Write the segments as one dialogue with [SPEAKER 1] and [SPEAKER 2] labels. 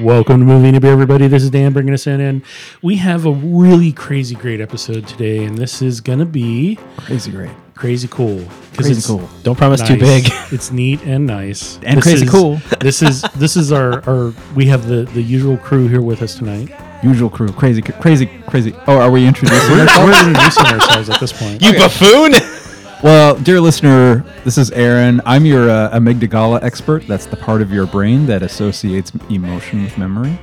[SPEAKER 1] Welcome to Movie Nibby, everybody. This is Dan bringing us in, and we have a really crazy, great episode today. And this is gonna be
[SPEAKER 2] Crazy great.
[SPEAKER 1] crazy cool. 'cause
[SPEAKER 2] Crazy
[SPEAKER 1] it's
[SPEAKER 2] cool.
[SPEAKER 3] Don't promise too
[SPEAKER 1] nice.
[SPEAKER 3] big.
[SPEAKER 1] it's neat and nice
[SPEAKER 2] And crazy
[SPEAKER 1] is,
[SPEAKER 2] cool.
[SPEAKER 1] this is this is our our we have the the usual crew here with us tonight.
[SPEAKER 2] Usual crew. Crazy, crazy, crazy. Oh, are we introducing
[SPEAKER 1] We're,
[SPEAKER 2] ourselves?
[SPEAKER 1] we're introducing ourselves at this point.
[SPEAKER 3] You buffoon!
[SPEAKER 2] Well, dear listener, this is Aaron. I'm your uh, amygdala expert. That's the part of your brain that associates emotion with memory.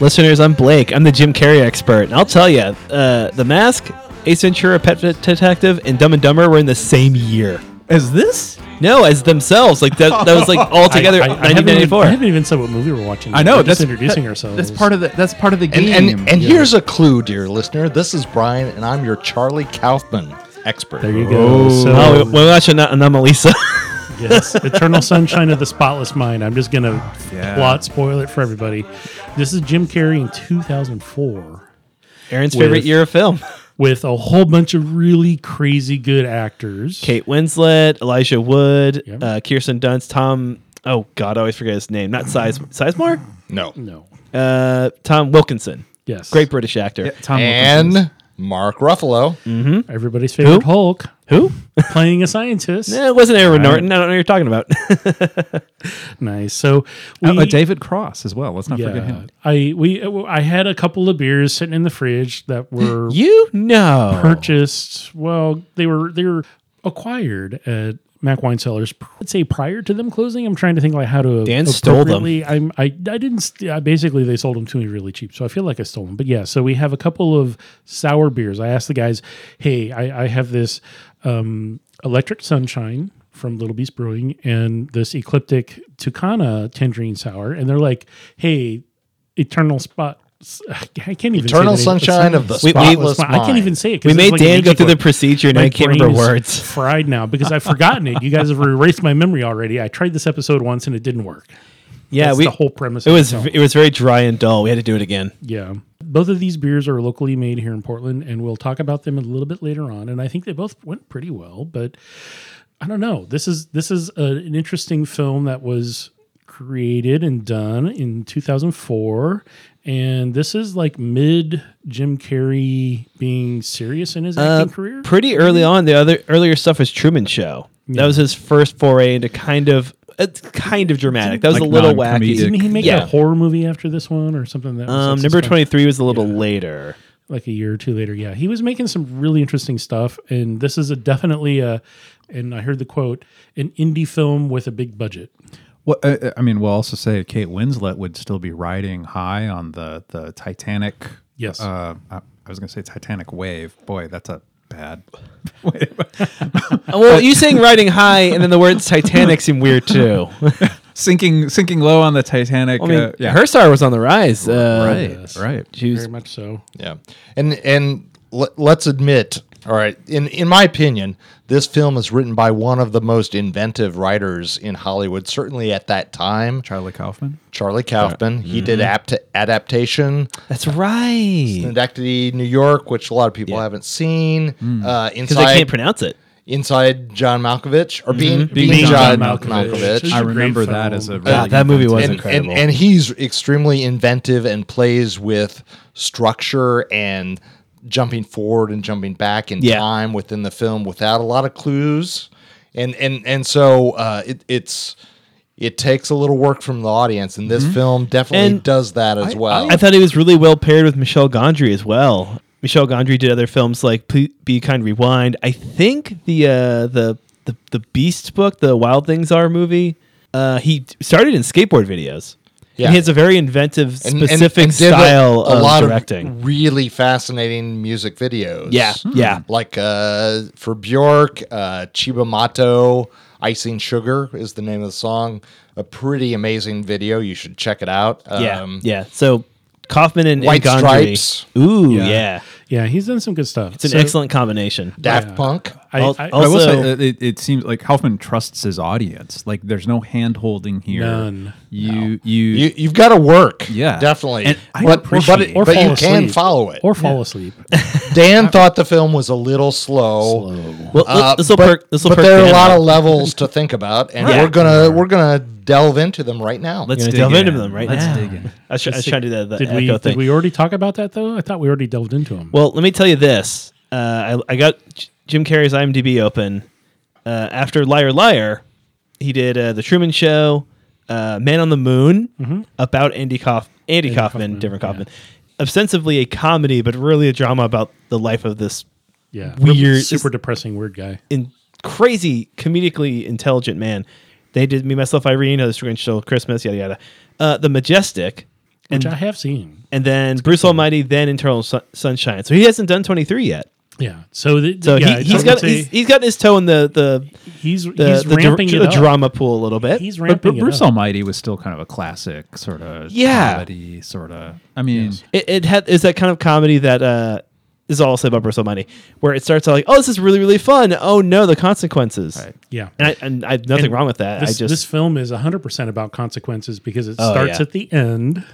[SPEAKER 3] Listeners, I'm Blake. I'm the Jim Carrey expert. And I'll tell you, uh, The Mask, Ace Ventura, Pet Det- Detective, and Dumb and Dumber were in the same year.
[SPEAKER 2] Is this?
[SPEAKER 3] No, as themselves. Like that, that was like all together
[SPEAKER 1] I, I, I, haven't even,
[SPEAKER 3] 1994.
[SPEAKER 1] I haven't even said what movie we're watching.
[SPEAKER 2] I know.
[SPEAKER 1] We're
[SPEAKER 2] that's
[SPEAKER 1] just introducing
[SPEAKER 2] that-
[SPEAKER 1] ourselves.
[SPEAKER 2] That's part of the. That's part of the
[SPEAKER 4] And,
[SPEAKER 2] game.
[SPEAKER 4] and, and
[SPEAKER 2] Yeah.
[SPEAKER 4] here's a clue, dear listener. This is Brian, and I'm your Charlie Kaufman expert.
[SPEAKER 1] There you go.
[SPEAKER 2] Oh.
[SPEAKER 1] So,
[SPEAKER 3] oh, we- we're watching An- Anomalisa.
[SPEAKER 1] yes, Eternal Sunshine of the Spotless Mind. I'm just gonna
[SPEAKER 2] Yeah.
[SPEAKER 1] plot spoil it for everybody. This is Jim Carrey in 2004
[SPEAKER 3] Aaron's
[SPEAKER 1] With-
[SPEAKER 3] favorite year of film.
[SPEAKER 1] with a whole bunch of really crazy good actors.
[SPEAKER 3] Kate Winslet, Elijah Wood,
[SPEAKER 1] Yep.
[SPEAKER 3] uh, Kirsten Dunst, Tom. Oh, God, I always forget his name. Not Size, Sizemore?
[SPEAKER 4] No.
[SPEAKER 1] No.
[SPEAKER 3] Uh, Tom Wilkinson.
[SPEAKER 1] Yes.
[SPEAKER 3] Great British actor.
[SPEAKER 2] Yeah, Tom Wilkinson.
[SPEAKER 4] And Mark Ruffalo.
[SPEAKER 1] Mm. Everybody's favorite Hulk
[SPEAKER 3] Who?
[SPEAKER 1] playing a scientist.
[SPEAKER 3] Eh, it wasn't Aaron Norton. I don't know what you're talking about.
[SPEAKER 1] Nice. So we,
[SPEAKER 2] Uh, uh, David Cross as well. Let's not forget
[SPEAKER 1] yeah,
[SPEAKER 2] him.
[SPEAKER 1] I we I had a couple of beers sitting in the fridge that were
[SPEAKER 3] you know.
[SPEAKER 1] purchased. Well, they were they were acquired at Mac Wine Cellars. I'd say prior to them closing. I'm trying to think like how to
[SPEAKER 3] Dan stole them.
[SPEAKER 1] appropriately- I'm, I I didn't. St- uh, basically, they sold them to me really cheap, so I feel like I stole them. But yeah, so we have a couple of sour beers. I asked the guys, "Hey, I, I have this um, Electric Sunshine." From Little Beast Brewing and this Ecliptic Tucana Tangerine Sour, and they're like, "Hey, Eternal Spot, I can't even say
[SPEAKER 4] Eternal
[SPEAKER 1] the name. It's
[SPEAKER 4] Sunshine of the
[SPEAKER 1] Sunrise.
[SPEAKER 3] We- we-
[SPEAKER 4] Spotless
[SPEAKER 1] Well, I
[SPEAKER 4] Mind.
[SPEAKER 1] can't even say it. 'cause
[SPEAKER 3] We
[SPEAKER 1] it's
[SPEAKER 3] made
[SPEAKER 1] like
[SPEAKER 3] Dan
[SPEAKER 1] an
[SPEAKER 3] go through the
[SPEAKER 1] English word.
[SPEAKER 3] procedure and
[SPEAKER 1] My
[SPEAKER 3] I can't
[SPEAKER 1] brain
[SPEAKER 3] remember
[SPEAKER 1] is
[SPEAKER 3] words.
[SPEAKER 1] Fried now because I've forgotten it. You guys have erased my memory already. I tried this episode once and it didn't work.
[SPEAKER 3] Yeah,
[SPEAKER 1] That's
[SPEAKER 3] we.
[SPEAKER 1] the whole premise.
[SPEAKER 3] it
[SPEAKER 1] of
[SPEAKER 3] was
[SPEAKER 1] the film.
[SPEAKER 3] it was very dry and dull. We had to do it again.
[SPEAKER 1] yeah. Both of these beers are locally made here in Portland, and we'll talk about them a little bit later on. And I think they both went pretty well, but I don't know. This is this is a, an interesting film that was created and done in 2004, and this is like mid Jim Carrey being serious in his
[SPEAKER 3] Uh,
[SPEAKER 1] acting career.
[SPEAKER 3] Pretty early on, the other earlier stuff was Truman Show. That was his first foray into kind of it's kind of dramatic. That was
[SPEAKER 2] Like
[SPEAKER 3] a little wacky.
[SPEAKER 2] non-comedic.
[SPEAKER 1] Didn't he make
[SPEAKER 3] Yeah.
[SPEAKER 1] a horror movie after this one or something? That was
[SPEAKER 3] Um,
[SPEAKER 1] like
[SPEAKER 3] number
[SPEAKER 1] suspense-
[SPEAKER 3] twenty three was a little later.
[SPEAKER 1] like a year or two later. Yeah, he was making some really interesting stuff, and this is a definitely a, and I heard the quote, an indie film with a big budget.
[SPEAKER 2] Well, uh, uh, I mean, we'll also say Kate Winslet would still be riding high on the the Titanic.
[SPEAKER 1] Yes.
[SPEAKER 2] Uh, I, I was going to say Titanic wave. Boy, that's a bad.
[SPEAKER 3] Uh, Well, you saying riding high and then the words Titanic seem weird too.
[SPEAKER 2] sinking sinking low on the Titanic.
[SPEAKER 3] I mean,
[SPEAKER 2] uh, yeah.
[SPEAKER 3] her star was on the rise. Uh,
[SPEAKER 2] right,
[SPEAKER 1] Yes.
[SPEAKER 2] right.
[SPEAKER 3] She was
[SPEAKER 1] Very much so.
[SPEAKER 4] Yeah, and and let, let's admit, all right. In in my opinion, this film is written by one of the most inventive writers in Hollywood, certainly at that time.
[SPEAKER 2] Charlie Kaufman.
[SPEAKER 4] Charlie Kaufman. He did
[SPEAKER 1] Mm-hmm.
[SPEAKER 4] apt adaptation,
[SPEAKER 3] That's right.
[SPEAKER 4] Synecdoche, New York, which a lot of people haven't seen.
[SPEAKER 1] Mm.
[SPEAKER 4] Uh,
[SPEAKER 3] Because I
[SPEAKER 4] inside,
[SPEAKER 3] can't pronounce it.
[SPEAKER 4] inside John Malkovich or being, being,
[SPEAKER 1] Being
[SPEAKER 4] John,
[SPEAKER 1] Mm-hmm. John
[SPEAKER 4] Malkovich.
[SPEAKER 1] Malkovich. It's
[SPEAKER 2] I
[SPEAKER 1] a great
[SPEAKER 2] remember that as a
[SPEAKER 1] film.
[SPEAKER 2] really
[SPEAKER 3] God, that movie was
[SPEAKER 2] inventive-
[SPEAKER 4] and, and,
[SPEAKER 3] incredible.
[SPEAKER 4] and he's extremely inventive and plays with structure and jumping forward and jumping back in
[SPEAKER 3] Yeah.
[SPEAKER 4] time within the film without a lot of clues and and and so uh, it, it's it takes a little work from the audience and this film definitely
[SPEAKER 3] Mm-hmm. And
[SPEAKER 4] does that as well
[SPEAKER 3] I thought he was really well paired with Michelle Gondry as well. Michelle Gondry did other films like Ple- Be Kind Rewind. I think the uh, the, the the Beast book, the Wild Things Are movie. Uh, he started in skateboard videos.
[SPEAKER 4] Yeah.
[SPEAKER 3] He has a very inventive,
[SPEAKER 4] And- and-
[SPEAKER 3] specific
[SPEAKER 4] and did a-
[SPEAKER 3] style
[SPEAKER 4] a,
[SPEAKER 3] of
[SPEAKER 4] lot
[SPEAKER 3] directing.
[SPEAKER 4] of really fascinating music videos Hmm.
[SPEAKER 3] yeah, yeah.
[SPEAKER 4] like uh, for Bjork, uh, Chibomato, Icing Sugar is the name of the song. A pretty amazing video. You should check it out.
[SPEAKER 3] yeah, yeah. So Kaufman and, and
[SPEAKER 4] um, White
[SPEAKER 3] Gondry.
[SPEAKER 4] Stripes.
[SPEAKER 3] Ooh, yeah.
[SPEAKER 2] Yeah.
[SPEAKER 1] Yeah, he's done some good stuff.
[SPEAKER 3] It's an excellent combination.
[SPEAKER 4] Daft Punk.
[SPEAKER 1] I,
[SPEAKER 3] I'll-
[SPEAKER 1] I-
[SPEAKER 3] I'll-
[SPEAKER 2] I will
[SPEAKER 3] Also-
[SPEAKER 2] say uh, it, it seems like Kaufman trusts his audience. Like there's no hand holding here.
[SPEAKER 1] None.
[SPEAKER 2] You you,
[SPEAKER 4] You, you've got to work.
[SPEAKER 2] Yeah.
[SPEAKER 4] definitely.
[SPEAKER 2] And I
[SPEAKER 4] but, but,
[SPEAKER 2] appreciate
[SPEAKER 4] it-
[SPEAKER 2] it. Or
[SPEAKER 4] but you
[SPEAKER 1] fall
[SPEAKER 4] can
[SPEAKER 1] asleep.
[SPEAKER 4] follow it.
[SPEAKER 1] or fall asleep.
[SPEAKER 4] Dan thought the film was a little slow.
[SPEAKER 3] Well,
[SPEAKER 4] Uh,
[SPEAKER 3] this will
[SPEAKER 4] but-
[SPEAKER 3] perk. This will
[SPEAKER 4] but
[SPEAKER 3] perk.
[SPEAKER 4] there are a
[SPEAKER 3] Dan
[SPEAKER 4] lot
[SPEAKER 3] up.
[SPEAKER 4] of levels to think about, and
[SPEAKER 3] Right.
[SPEAKER 4] we're gonna we're gonna delve into them right now.
[SPEAKER 2] Let's
[SPEAKER 3] Gonna
[SPEAKER 2] dig
[SPEAKER 3] delve
[SPEAKER 2] in.
[SPEAKER 3] into them right
[SPEAKER 2] Let's
[SPEAKER 3] now.
[SPEAKER 2] dig in.
[SPEAKER 3] I was, try- I was trying to do that. The
[SPEAKER 1] Did
[SPEAKER 3] echo
[SPEAKER 1] we
[SPEAKER 3] thing.
[SPEAKER 1] did we already talk about that though? I thought we already delved into them.
[SPEAKER 3] Well, let me tell you this. Uh, I, I got J- Jim Carrey's IMDb open. Uh, after Liar Liar, he did uh, The Truman Show, uh, Man on the Moon, about Andy, Kauf- Andy, Kaufman,
[SPEAKER 1] Kaufman,
[SPEAKER 3] different Kaufman. Ostensibly a comedy, but really a drama about the life of this
[SPEAKER 1] yeah,
[SPEAKER 3] weird-
[SPEAKER 1] super depressing, weird guy.
[SPEAKER 3] in crazy, comedically intelligent man. They did Me, Myself, Irene, The Strange Show, Christmas, yada, yada. Uh, the Majestic,
[SPEAKER 1] Which
[SPEAKER 3] and,
[SPEAKER 1] I have seen.
[SPEAKER 3] and then Bruce Almighty, then Internal Sun- Sunshine. So he hasn't done 23 yet.
[SPEAKER 1] Yeah. So, the,
[SPEAKER 3] So
[SPEAKER 1] yeah,
[SPEAKER 3] he,
[SPEAKER 1] I
[SPEAKER 3] he's
[SPEAKER 1] would
[SPEAKER 3] got
[SPEAKER 1] say
[SPEAKER 3] he's, he's gotten his toe in the the
[SPEAKER 1] he's
[SPEAKER 3] the,
[SPEAKER 1] he's
[SPEAKER 3] the, dra-
[SPEAKER 1] ramping it
[SPEAKER 3] the
[SPEAKER 1] up.
[SPEAKER 3] drama pool a little bit.
[SPEAKER 1] He's
[SPEAKER 2] But,
[SPEAKER 1] ramping it
[SPEAKER 2] Bruce
[SPEAKER 1] up.
[SPEAKER 2] Almighty was still kind of a classic sort of
[SPEAKER 3] Yeah.
[SPEAKER 2] comedy sort of. I mean,
[SPEAKER 3] it, it had is that kind of comedy that uh, is all I'll say about Bristol Money, where it starts out like, oh, this is really really fun. Oh no, the consequences.
[SPEAKER 1] Yeah.
[SPEAKER 3] And I and I have nothing
[SPEAKER 1] And
[SPEAKER 3] wrong with that.
[SPEAKER 1] This,
[SPEAKER 3] I just
[SPEAKER 1] this film is 100% about consequences because it
[SPEAKER 3] Oh,
[SPEAKER 1] starts
[SPEAKER 3] yeah.
[SPEAKER 1] at the end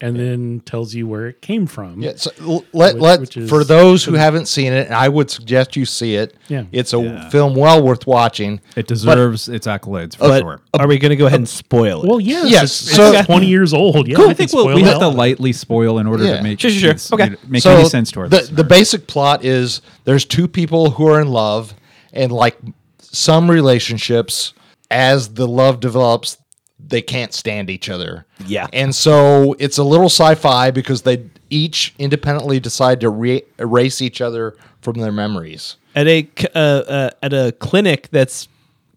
[SPEAKER 1] and then tells you where it came from.
[SPEAKER 4] Yeah, so l- let
[SPEAKER 1] Which-
[SPEAKER 4] let
[SPEAKER 1] which is-
[SPEAKER 4] for those who haven't seen it, and I would suggest you see it.
[SPEAKER 1] Yeah.
[SPEAKER 4] it's a film well worth watching.
[SPEAKER 2] it deserves its accolades for
[SPEAKER 3] but
[SPEAKER 2] sure.
[SPEAKER 3] are we going to go ahead and spoil it?
[SPEAKER 1] Well, yes.
[SPEAKER 4] Yes,
[SPEAKER 1] It's, it's
[SPEAKER 4] so-
[SPEAKER 1] 20 years old. Yeah.
[SPEAKER 2] Cool.
[SPEAKER 1] we
[SPEAKER 2] I
[SPEAKER 1] can
[SPEAKER 2] think we'll,
[SPEAKER 1] spoil
[SPEAKER 2] we
[SPEAKER 1] it
[SPEAKER 2] have to
[SPEAKER 1] all.
[SPEAKER 2] lightly spoil in order
[SPEAKER 4] Yeah.
[SPEAKER 2] to make
[SPEAKER 3] oh, Sure, sure, sure.
[SPEAKER 2] these-
[SPEAKER 3] Okay.
[SPEAKER 2] make
[SPEAKER 4] so
[SPEAKER 2] any sense to our
[SPEAKER 4] the
[SPEAKER 2] listener.
[SPEAKER 4] the basic plot is there's two people who are in love, and like some relationships, as the love develops, they can't stand each other.
[SPEAKER 3] Yeah.
[SPEAKER 4] and so it's a little sci-fi because they each independently decide to re- erase each other from their memories.
[SPEAKER 3] at a c- uh, uh, at a clinic that's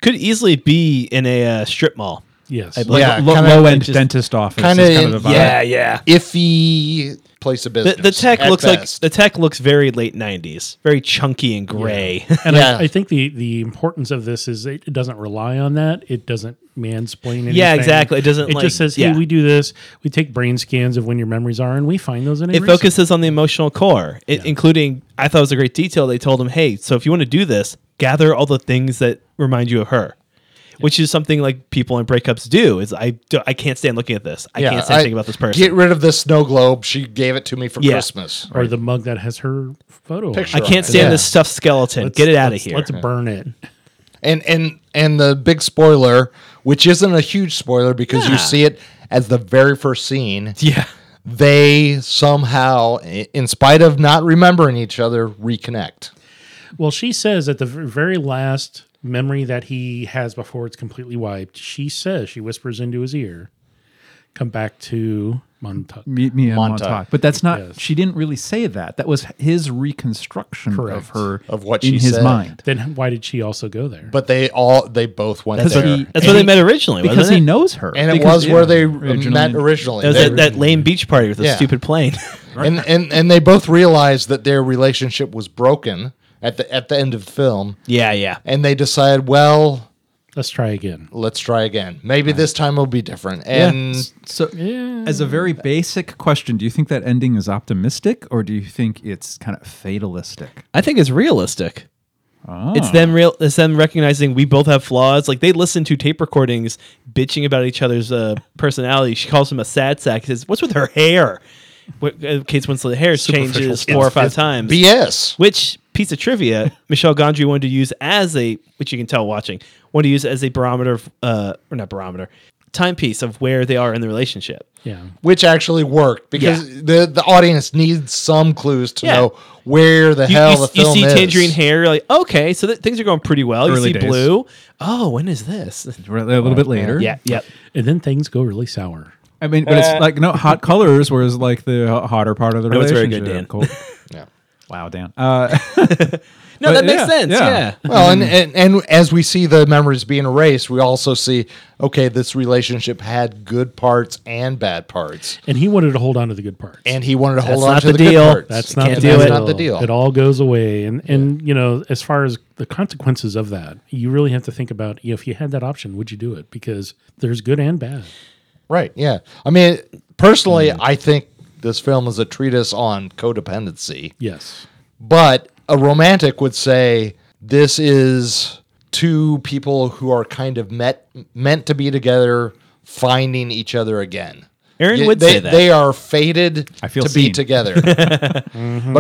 [SPEAKER 3] could easily be in a uh, strip mall.
[SPEAKER 1] Yes.
[SPEAKER 3] believe- Like,
[SPEAKER 4] yeah,
[SPEAKER 2] Lo-
[SPEAKER 4] kinda-
[SPEAKER 2] low end
[SPEAKER 3] just-
[SPEAKER 2] dentist office.
[SPEAKER 4] kind
[SPEAKER 2] is kind
[SPEAKER 4] of
[SPEAKER 2] of the vibe.
[SPEAKER 4] yeah, yeah, iffy place of
[SPEAKER 3] The,
[SPEAKER 4] business.
[SPEAKER 3] the tech
[SPEAKER 4] at
[SPEAKER 3] looks
[SPEAKER 4] best.
[SPEAKER 3] like the tech looks very late '90s, very chunky and gray.
[SPEAKER 1] and
[SPEAKER 4] yeah.
[SPEAKER 1] I, I think the, the importance of this is it doesn't rely on that. It doesn't mansplain anything.
[SPEAKER 3] Yeah, exactly. It doesn't,
[SPEAKER 1] It
[SPEAKER 3] like-
[SPEAKER 1] just says, hey,
[SPEAKER 3] yeah.
[SPEAKER 1] we do this. We take brain scans of when your memories are and we find those in a
[SPEAKER 3] it
[SPEAKER 1] research.
[SPEAKER 3] focuses on the emotional core, it, including. I thought it was a great detail. They told him, "Hey, so if you want to do this, gather all the things that remind you of her," which is something like people in breakups do. Is I do, I can't stand looking at this. I can't stand
[SPEAKER 4] I-
[SPEAKER 3] thinking about this person.
[SPEAKER 4] Get rid of this snow globe. She gave it to me for
[SPEAKER 3] Yeah.
[SPEAKER 4] Christmas.
[SPEAKER 1] Or the mug that has her photo. on
[SPEAKER 4] Picture
[SPEAKER 1] it.
[SPEAKER 3] I can't stand
[SPEAKER 4] Yeah.
[SPEAKER 3] this stuffed skeleton.
[SPEAKER 1] Let's-
[SPEAKER 3] get it out of
[SPEAKER 1] let's-
[SPEAKER 3] here.
[SPEAKER 1] Let's burn it.
[SPEAKER 4] And and and the big spoiler, which isn't a huge spoiler because
[SPEAKER 3] Yeah.
[SPEAKER 4] you see it as the very first scene.
[SPEAKER 3] yeah.
[SPEAKER 4] They somehow, i- in spite of not remembering each other, reconnect.
[SPEAKER 1] Well, she says at the v- very last memory that he has before it's completely wiped, she says, she whispers into his ear, come back to Montauk.
[SPEAKER 2] Meet me in
[SPEAKER 4] Montauk.
[SPEAKER 2] Montauk. But that's not.
[SPEAKER 1] Yes.
[SPEAKER 2] She didn't really say that. That was his reconstruction
[SPEAKER 1] Correct.
[SPEAKER 2] of her
[SPEAKER 4] Of what
[SPEAKER 2] in
[SPEAKER 4] she
[SPEAKER 2] his
[SPEAKER 4] said.
[SPEAKER 2] mind.
[SPEAKER 1] Then why did she also go there?
[SPEAKER 4] But they all they both went
[SPEAKER 2] That's
[SPEAKER 4] there,
[SPEAKER 2] what he-
[SPEAKER 3] That's
[SPEAKER 2] And
[SPEAKER 3] where they
[SPEAKER 2] he-
[SPEAKER 3] met originally,
[SPEAKER 2] because
[SPEAKER 3] wasn't
[SPEAKER 2] he
[SPEAKER 3] it?
[SPEAKER 2] knows her.
[SPEAKER 4] and it
[SPEAKER 2] Because-
[SPEAKER 4] was where
[SPEAKER 2] yeah.
[SPEAKER 4] they
[SPEAKER 2] Originally-
[SPEAKER 4] met originally.
[SPEAKER 3] That was
[SPEAKER 4] They-
[SPEAKER 3] that, that lame beach party with the
[SPEAKER 4] Yeah.
[SPEAKER 3] stupid plane.
[SPEAKER 4] and, and and they both realized that their relationship was broken at the at the end of the film,
[SPEAKER 3] yeah, yeah.
[SPEAKER 4] and they decided, well,
[SPEAKER 1] Let's try again.
[SPEAKER 4] let's try again. Maybe this time it'll be different. And
[SPEAKER 2] So, as a very basic question, do you think that ending is optimistic or do you think it's kind of fatalistic?
[SPEAKER 3] I think it's realistic.
[SPEAKER 2] Ah.
[SPEAKER 3] It's them real. It's them recognizing we both have flaws. Like they listen to tape recordings, bitching about each other's uh, personality. She calls him a sad sack. Says, "What's with her hair?" What, uh, Kate Winslet hair changes four or five times.
[SPEAKER 4] BS.
[SPEAKER 3] Which piece of trivia Michelle Gondry wanted to use as a, which you can tell watching, wanted to use as a barometer, of, uh, or not barometer, timepiece of where they are in the relationship.
[SPEAKER 1] Yeah.
[SPEAKER 4] Which actually worked because the the audience needs some clues to
[SPEAKER 3] Yeah.
[SPEAKER 4] know where the
[SPEAKER 3] You,
[SPEAKER 4] hell
[SPEAKER 3] you-
[SPEAKER 4] the
[SPEAKER 3] you
[SPEAKER 4] film
[SPEAKER 3] see
[SPEAKER 4] is.
[SPEAKER 3] tangerine hair, you're like, okay, so th- things are going pretty well.
[SPEAKER 2] Early
[SPEAKER 3] you see
[SPEAKER 2] days.
[SPEAKER 3] blue. Oh, when is this?
[SPEAKER 2] a little
[SPEAKER 1] Uh,
[SPEAKER 2] bit later.
[SPEAKER 3] yeah, yep.
[SPEAKER 1] And then things go really sour.
[SPEAKER 2] I mean, but
[SPEAKER 1] Uh,
[SPEAKER 2] it's like no hot colors was like the hotter part of the
[SPEAKER 3] That was very good,
[SPEAKER 2] relationship.
[SPEAKER 3] Dan.
[SPEAKER 2] Cool.
[SPEAKER 4] Yeah.
[SPEAKER 2] Wow, Dan. Uh,
[SPEAKER 3] No,
[SPEAKER 2] But
[SPEAKER 3] that makes
[SPEAKER 2] yeah,
[SPEAKER 3] sense.
[SPEAKER 2] yeah.
[SPEAKER 3] yeah.
[SPEAKER 4] Well,
[SPEAKER 3] Mm-hmm.
[SPEAKER 4] and, and and as we see the memories being erased, we also see okay, this relationship had good parts and bad parts,
[SPEAKER 1] And he wanted to hold on to the good parts.
[SPEAKER 4] and he wanted to hold
[SPEAKER 3] That's
[SPEAKER 4] on
[SPEAKER 3] not
[SPEAKER 4] to
[SPEAKER 3] the
[SPEAKER 4] the, good
[SPEAKER 3] deal.
[SPEAKER 4] parts.
[SPEAKER 1] that's not,
[SPEAKER 3] can't
[SPEAKER 1] the
[SPEAKER 3] do
[SPEAKER 1] deal.
[SPEAKER 3] it.
[SPEAKER 4] That's not the deal.
[SPEAKER 1] It all goes away. And, and you know, as far as the consequences of that, you really have to think about you know, if you had that option, would you do it? Because there's good and bad.
[SPEAKER 4] Right. Yeah. I mean, personally,
[SPEAKER 3] Mm-hmm.
[SPEAKER 4] I think this film is a treatise on codependency.
[SPEAKER 1] Yes.
[SPEAKER 4] But a romantic would say this is two people who are kind of met meant to be together finding each other again.
[SPEAKER 3] Aaron
[SPEAKER 4] Yeah,
[SPEAKER 3] would
[SPEAKER 4] they,
[SPEAKER 3] say that.
[SPEAKER 4] they are fated
[SPEAKER 2] I feel
[SPEAKER 4] to be
[SPEAKER 2] seen.
[SPEAKER 4] together. But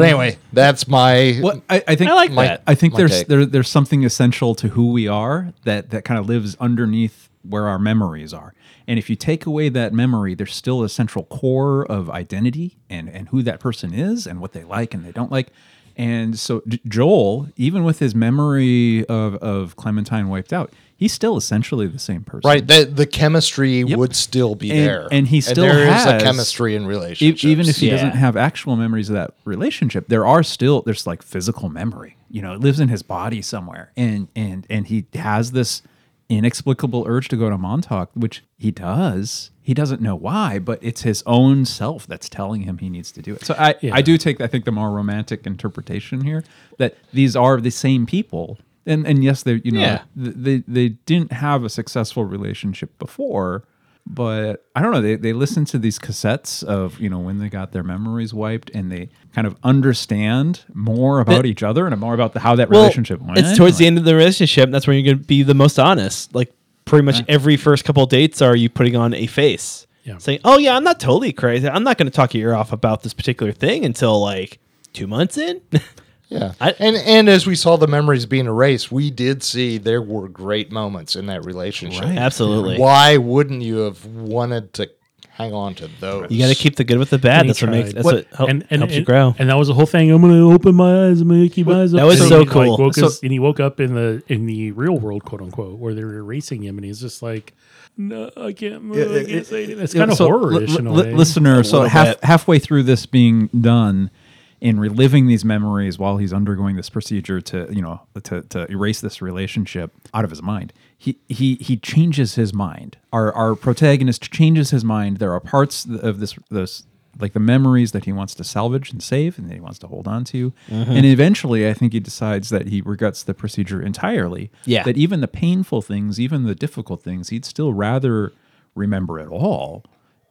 [SPEAKER 4] anyway, that's my
[SPEAKER 2] Well, I, I think
[SPEAKER 3] I like
[SPEAKER 4] my-
[SPEAKER 3] that.
[SPEAKER 2] I think
[SPEAKER 4] my
[SPEAKER 2] there's
[SPEAKER 4] take.
[SPEAKER 2] there, there's something essential to who we are that that kind of lives underneath where our memories are. And if you take away that memory, there's still a central core of identity and and who that person is and what they like and they don't like. And so J- Joel, even with his memory of of Clementine wiped out, he's still essentially the same person.
[SPEAKER 4] right. The, the chemistry would still be
[SPEAKER 2] And-
[SPEAKER 4] there,
[SPEAKER 2] and he still
[SPEAKER 4] there is
[SPEAKER 2] has-
[SPEAKER 4] a chemistry in
[SPEAKER 2] E-
[SPEAKER 4] relationships.
[SPEAKER 2] even if he
[SPEAKER 3] Yeah.
[SPEAKER 2] doesn't have actual memories of that relationship there are still there's like physical memory you know it lives in his body somewhere and and and he has this inexplicable urge to go to montauk which he does he doesn't know why but it's his own self that's telling him he needs to do it so i i do take i think the more romantic interpretation here that these are the same people and and yes they you know
[SPEAKER 3] Yeah.
[SPEAKER 2] th- they they didn't have a successful relationship before but i don't know they, they listen to these cassettes of you know when they got their memories wiped and they kind of understand more about each other and more about the, how that
[SPEAKER 3] Well,
[SPEAKER 2] relationship went
[SPEAKER 3] It's towards the end of the relationship. and That's when you're going to be the most honest. Like pretty much every first couple of dates are you putting on a face,
[SPEAKER 1] Yeah.
[SPEAKER 3] saying, "Oh yeah, I'm not totally crazy. I'm not going to talk your ear off about this particular thing until like two months in."
[SPEAKER 4] yeah,
[SPEAKER 3] I-
[SPEAKER 4] and and as we saw the memories being erased, we did see there were great moments in that relationship.
[SPEAKER 2] Right.
[SPEAKER 3] Absolutely.
[SPEAKER 4] Why wouldn't you have wanted to hang on to those?
[SPEAKER 3] You got to keep the good with the bad.
[SPEAKER 1] And he
[SPEAKER 3] That's what makes
[SPEAKER 1] tried.
[SPEAKER 3] that's what,
[SPEAKER 1] What-
[SPEAKER 3] help- helps you grow.
[SPEAKER 1] And that was the whole thing. I'm gonna open my eyes, I'm gonna keep my eyes
[SPEAKER 3] That
[SPEAKER 1] open.
[SPEAKER 3] was so
[SPEAKER 1] he, like,
[SPEAKER 3] cool.
[SPEAKER 1] woke
[SPEAKER 2] So-
[SPEAKER 1] us- and he woke up in the in the real world, quote unquote, where they were erasing him, and he's just like, "No, I can't move. I can't say anything." It's kind of horror-ish
[SPEAKER 2] li-
[SPEAKER 1] in a
[SPEAKER 2] li-
[SPEAKER 1] way.
[SPEAKER 2] listener so
[SPEAKER 3] little
[SPEAKER 2] half,
[SPEAKER 3] bit.
[SPEAKER 2] halfway through this being done and reliving these memories while he's undergoing this procedure to you know to, to erase this relationship out of his mind he he he changes his mind our our protagonist changes his mind there are parts th- of this this like the memories that he wants to salvage and save and that he wants to hold on to
[SPEAKER 3] Mm-hmm.
[SPEAKER 2] and eventually i think he decides that he regrets the procedure entirely
[SPEAKER 3] Yeah.
[SPEAKER 2] that even the painful things, even the difficult things, he'd still rather remember it all.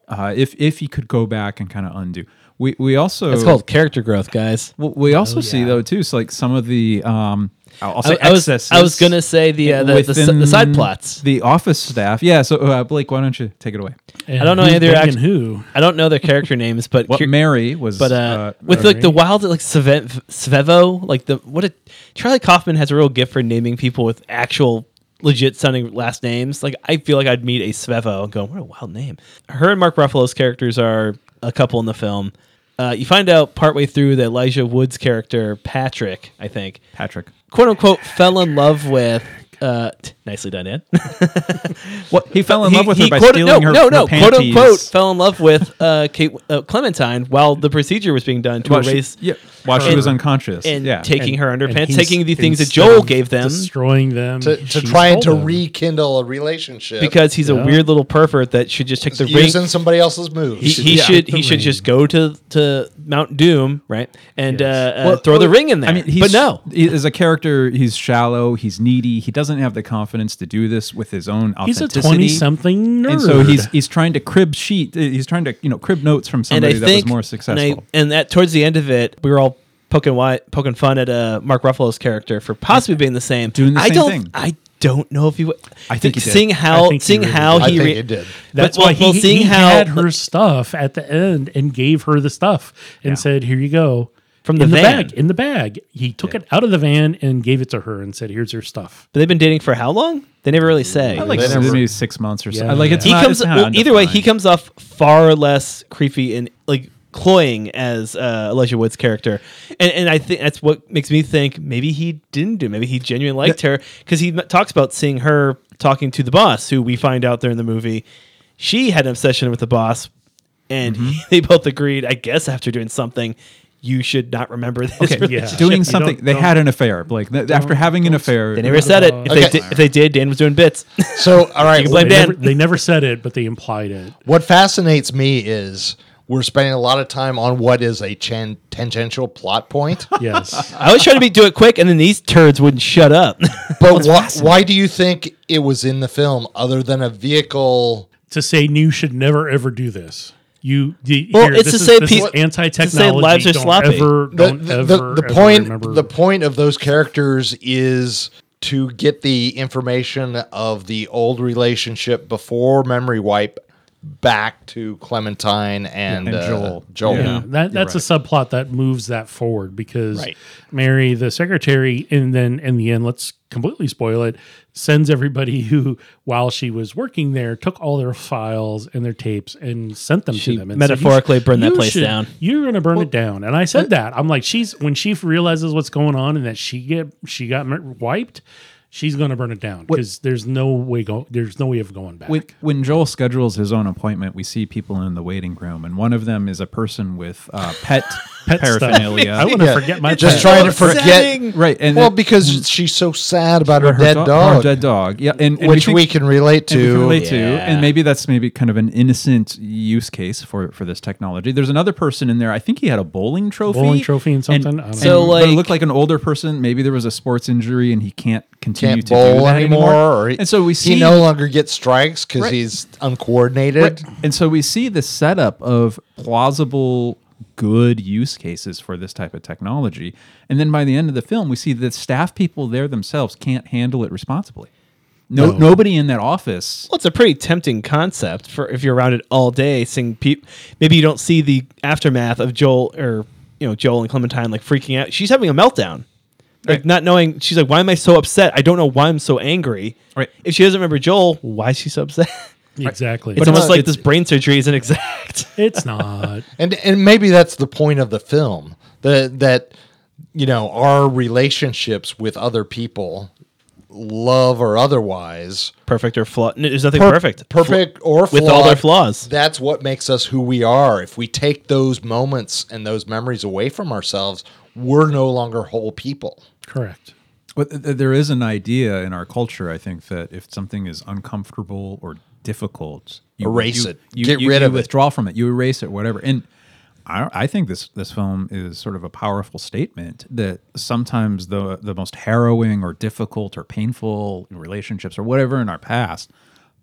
[SPEAKER 2] Uh, if if he could go back and kind of undo, we we also
[SPEAKER 3] It's called character growth, guys.
[SPEAKER 2] we- we also see though too. So like some of the um, I'll I'll say
[SPEAKER 3] I, I was
[SPEAKER 2] excesses
[SPEAKER 3] I was gonna say the uh, the, the, si-
[SPEAKER 2] within
[SPEAKER 3] the side plots.
[SPEAKER 2] the office staff. Yeah. So uh, Blake, why don't you take it away?
[SPEAKER 1] And
[SPEAKER 3] I don't know
[SPEAKER 1] who's
[SPEAKER 3] any of their
[SPEAKER 1] banging
[SPEAKER 3] act-
[SPEAKER 1] who.
[SPEAKER 3] I don't know their character names, but
[SPEAKER 2] What
[SPEAKER 3] cur-
[SPEAKER 2] Mary was,
[SPEAKER 3] But uh, with like the wild like Sveve- Svevo, like the what a Charlie Kaufman has a real gift for naming people with actual legit sounding last names. Like I feel like I'd meet a Svevo and go, what a wild name. Her and Mark Ruffalo's characters are a couple in the film. Uh, you find out partway through that Elijah Wood's character Patrick, I think,
[SPEAKER 2] Patrick.
[SPEAKER 3] quote unquote, fell in love with. Uh, t- nicely done, Ed.
[SPEAKER 2] What he fell in
[SPEAKER 3] He-
[SPEAKER 2] love with
[SPEAKER 3] he
[SPEAKER 2] her by
[SPEAKER 3] quote-
[SPEAKER 2] stealing
[SPEAKER 3] no,
[SPEAKER 2] her,
[SPEAKER 3] no,
[SPEAKER 2] her
[SPEAKER 3] no,
[SPEAKER 2] panties.
[SPEAKER 3] quote unquote, fell in love with uh, Kate uh, Clementine while the procedure was being done to
[SPEAKER 2] While she,
[SPEAKER 3] erase
[SPEAKER 2] yeah, while she
[SPEAKER 3] and-
[SPEAKER 2] was unconscious.
[SPEAKER 3] and
[SPEAKER 2] yeah.
[SPEAKER 3] taking her
[SPEAKER 1] And
[SPEAKER 3] underpants,
[SPEAKER 1] he's-
[SPEAKER 3] taking the things that
[SPEAKER 1] instead
[SPEAKER 3] Joel
[SPEAKER 1] of
[SPEAKER 3] gave them
[SPEAKER 1] destroying them
[SPEAKER 4] to, to
[SPEAKER 1] she
[SPEAKER 4] trying
[SPEAKER 1] stole
[SPEAKER 4] to
[SPEAKER 1] them.
[SPEAKER 4] rekindle a relationship
[SPEAKER 3] because he's a weird little pervert that should just take the ring.
[SPEAKER 4] using somebody else's moves.
[SPEAKER 3] He, he
[SPEAKER 2] Yeah.
[SPEAKER 3] should
[SPEAKER 1] Take the
[SPEAKER 3] he should
[SPEAKER 1] ring.
[SPEAKER 3] just go to to Mount Doom right and uh, uh,
[SPEAKER 2] Well,
[SPEAKER 3] throw the
[SPEAKER 2] well,
[SPEAKER 3] ring in there.
[SPEAKER 2] I mean, he's,
[SPEAKER 3] but no,
[SPEAKER 2] he, as a character, he's shallow, he's needy, he doesn't have the confidence to do this with his own
[SPEAKER 1] He's a
[SPEAKER 2] authenticity.
[SPEAKER 1] twenty-something nerd.
[SPEAKER 2] and so he's he's trying to crib sheet. uh, He's trying to you know crib notes from
[SPEAKER 3] and
[SPEAKER 2] somebody
[SPEAKER 3] I
[SPEAKER 2] that was
[SPEAKER 3] think
[SPEAKER 2] more
[SPEAKER 3] and, I-
[SPEAKER 2] successful.
[SPEAKER 3] and that towards the end of it, we were all poking wi- poking fun at uh, Mark Ruffalo's character for possibly being the same.
[SPEAKER 2] Doing the
[SPEAKER 3] I
[SPEAKER 2] same
[SPEAKER 3] don't,
[SPEAKER 2] thing.
[SPEAKER 3] I don't know if he. w-
[SPEAKER 2] I think he did.
[SPEAKER 3] seeing how
[SPEAKER 1] I think he
[SPEAKER 3] seeing
[SPEAKER 1] really
[SPEAKER 3] how
[SPEAKER 1] did.
[SPEAKER 4] I
[SPEAKER 3] he
[SPEAKER 4] think
[SPEAKER 3] re-
[SPEAKER 4] it did.
[SPEAKER 1] That's
[SPEAKER 3] but-
[SPEAKER 1] why
[SPEAKER 3] well, well,
[SPEAKER 1] he,
[SPEAKER 3] seeing
[SPEAKER 1] he
[SPEAKER 3] how
[SPEAKER 1] had her stuff at the end and gave her the stuff and said, "Here you go."
[SPEAKER 3] From the
[SPEAKER 1] in
[SPEAKER 3] van.
[SPEAKER 1] bag, in the bag, he took it out of the van and gave it to her and said, "Here's your stuff."
[SPEAKER 3] but they've been dating for how long? They never really say.
[SPEAKER 2] I like
[SPEAKER 4] They never-
[SPEAKER 2] maybe six months or so.
[SPEAKER 1] Yeah.
[SPEAKER 2] Like it's
[SPEAKER 3] he
[SPEAKER 2] not,
[SPEAKER 3] comes
[SPEAKER 2] it's not
[SPEAKER 3] well, either way. He
[SPEAKER 2] undefined.
[SPEAKER 3] comes off far less creepy and like cloying as uh, Elijah Wood's character, and and I think that's what makes me think maybe he didn't do. Maybe he genuinely liked her because he m- talks about seeing her talking to the boss, who we find out there in the movie. She had an obsession with the boss, and
[SPEAKER 2] Mm-hmm.
[SPEAKER 3] they both agreed. I guess after doing something, you should not remember this.
[SPEAKER 2] Okay,
[SPEAKER 1] yeah.
[SPEAKER 3] relationship.
[SPEAKER 2] doing
[SPEAKER 1] You
[SPEAKER 2] something.
[SPEAKER 1] don't-
[SPEAKER 2] They
[SPEAKER 1] don't-
[SPEAKER 2] had an affair. Like th- after having an affair,
[SPEAKER 3] They never said it. If they
[SPEAKER 4] Okay.
[SPEAKER 3] did, if they did, Dan was doing bits.
[SPEAKER 4] so, all right,
[SPEAKER 3] can
[SPEAKER 1] They
[SPEAKER 3] blame Dan.
[SPEAKER 1] never, they never said it, but they implied it.
[SPEAKER 4] What fascinates me is we're spending a lot of time on what is a chan- tangential plot point.
[SPEAKER 1] Yes,
[SPEAKER 3] I was trying to be do it quick, and then these turds wouldn't shut up.
[SPEAKER 4] But why, why do you think it was in the film other than a vehicle?
[SPEAKER 1] to say you should never ever do this. You, the,
[SPEAKER 3] Well,
[SPEAKER 1] here,
[SPEAKER 3] it's
[SPEAKER 1] this
[SPEAKER 3] to
[SPEAKER 1] is,
[SPEAKER 3] say
[SPEAKER 1] this
[SPEAKER 3] peo-
[SPEAKER 1] is
[SPEAKER 3] to say
[SPEAKER 1] anti-technology.
[SPEAKER 3] lives are
[SPEAKER 1] don't
[SPEAKER 3] sloppy.
[SPEAKER 1] Ever,
[SPEAKER 4] The,
[SPEAKER 1] don't
[SPEAKER 4] the,
[SPEAKER 1] ever,
[SPEAKER 4] the, the
[SPEAKER 1] ever
[SPEAKER 4] point
[SPEAKER 1] remember-
[SPEAKER 4] the point of those characters is to get the information of the old relationship before memory wipe back to Clementine and,
[SPEAKER 2] And
[SPEAKER 4] uh,
[SPEAKER 2] Joel.
[SPEAKER 4] Joel.
[SPEAKER 1] Yeah, that, that's a subplot that moves that forward because
[SPEAKER 3] Right.
[SPEAKER 1] Mary, the secretary, and then in the end, let's completely spoil it, sends everybody who, while she was working there, took all their files and their tapes and sent them
[SPEAKER 3] She
[SPEAKER 1] to them. And said,
[SPEAKER 3] metaphorically burned that
[SPEAKER 1] you
[SPEAKER 3] place down." uh,
[SPEAKER 1] You're going to burn it down. And I said that. I'm like, she's when she realizes what's going on and that she get she got mer- wiped. She's going to burn it down because there's no way go, there's no way of going back.
[SPEAKER 2] When, when Joel schedules his own appointment, we see people in the waiting room, and one of them is a person with uh, pet,
[SPEAKER 1] Pet stuff.
[SPEAKER 2] paraphernalia.
[SPEAKER 1] I want to forget my
[SPEAKER 4] Just
[SPEAKER 1] pet.
[SPEAKER 4] trying to
[SPEAKER 3] upsetting.
[SPEAKER 4] forget.
[SPEAKER 2] Right, and
[SPEAKER 4] well,
[SPEAKER 2] it-
[SPEAKER 4] because she's so sad about her,
[SPEAKER 2] Her
[SPEAKER 4] dead
[SPEAKER 2] do- her
[SPEAKER 4] dog,
[SPEAKER 2] dead dog. Yeah, and, and
[SPEAKER 4] which
[SPEAKER 2] we,
[SPEAKER 4] we,
[SPEAKER 2] think-
[SPEAKER 4] can relate
[SPEAKER 2] and we can
[SPEAKER 4] to.
[SPEAKER 2] relate to,
[SPEAKER 3] Yeah.
[SPEAKER 2] and maybe that's maybe kind of an innocent use case for for this technology. There's another person in there. I think he had a bowling trophy,
[SPEAKER 1] Bowling trophy and something? I don't
[SPEAKER 3] So,
[SPEAKER 2] but it
[SPEAKER 3] like-
[SPEAKER 2] looked like an older person. Maybe there was a sports injury, and he can't continue
[SPEAKER 4] Can't
[SPEAKER 2] to do
[SPEAKER 4] bowl
[SPEAKER 2] that
[SPEAKER 4] anymore,
[SPEAKER 2] anymore.
[SPEAKER 4] or he,
[SPEAKER 2] and so we see
[SPEAKER 4] he no longer gets strikes because
[SPEAKER 2] Right.
[SPEAKER 4] he's uncoordinated.
[SPEAKER 2] Right. And so we see the setup of plausible good use cases for this type of technology. And then by the end of the film, we see that staff people there themselves can't handle it responsibly. No, nobody in that office.
[SPEAKER 3] Well, it's a pretty tempting concept for if you're around it all day, seeing people. Maybe you don't see the aftermath of Joel or you know Joel and Clementine like freaking out. She's having a meltdown, like not knowing. She's like, "Why am I so upset? I don't know why I'm so angry."
[SPEAKER 2] Right.
[SPEAKER 3] If she doesn't remember Joel, why is she so upset?
[SPEAKER 1] Exactly.
[SPEAKER 3] it's almost
[SPEAKER 4] not-
[SPEAKER 3] like
[SPEAKER 4] it's-
[SPEAKER 3] this brain surgery isn't exact.
[SPEAKER 1] it's not.
[SPEAKER 4] and and maybe that's the point of the film that that you know our relationships with other people love or otherwise
[SPEAKER 3] perfect or flawed? No, there's nothing perfect.
[SPEAKER 4] perfect or flawed,
[SPEAKER 3] With all their flaws.
[SPEAKER 4] that's what makes us who we are if we take those moments and those memories away from ourselves we're no longer whole people
[SPEAKER 1] Correct.
[SPEAKER 2] But th- th- there is an idea in our culture, I think, that if something is uncomfortable or difficult, you
[SPEAKER 4] Erase
[SPEAKER 2] you-
[SPEAKER 4] it.
[SPEAKER 2] you-
[SPEAKER 4] Get
[SPEAKER 2] you-
[SPEAKER 4] rid
[SPEAKER 2] you
[SPEAKER 4] of it.
[SPEAKER 2] Withdraw from it. You erase it. Whatever. And I, I think this this film is sort of a powerful statement that sometimes the the most harrowing or difficult or painful relationships or whatever in our past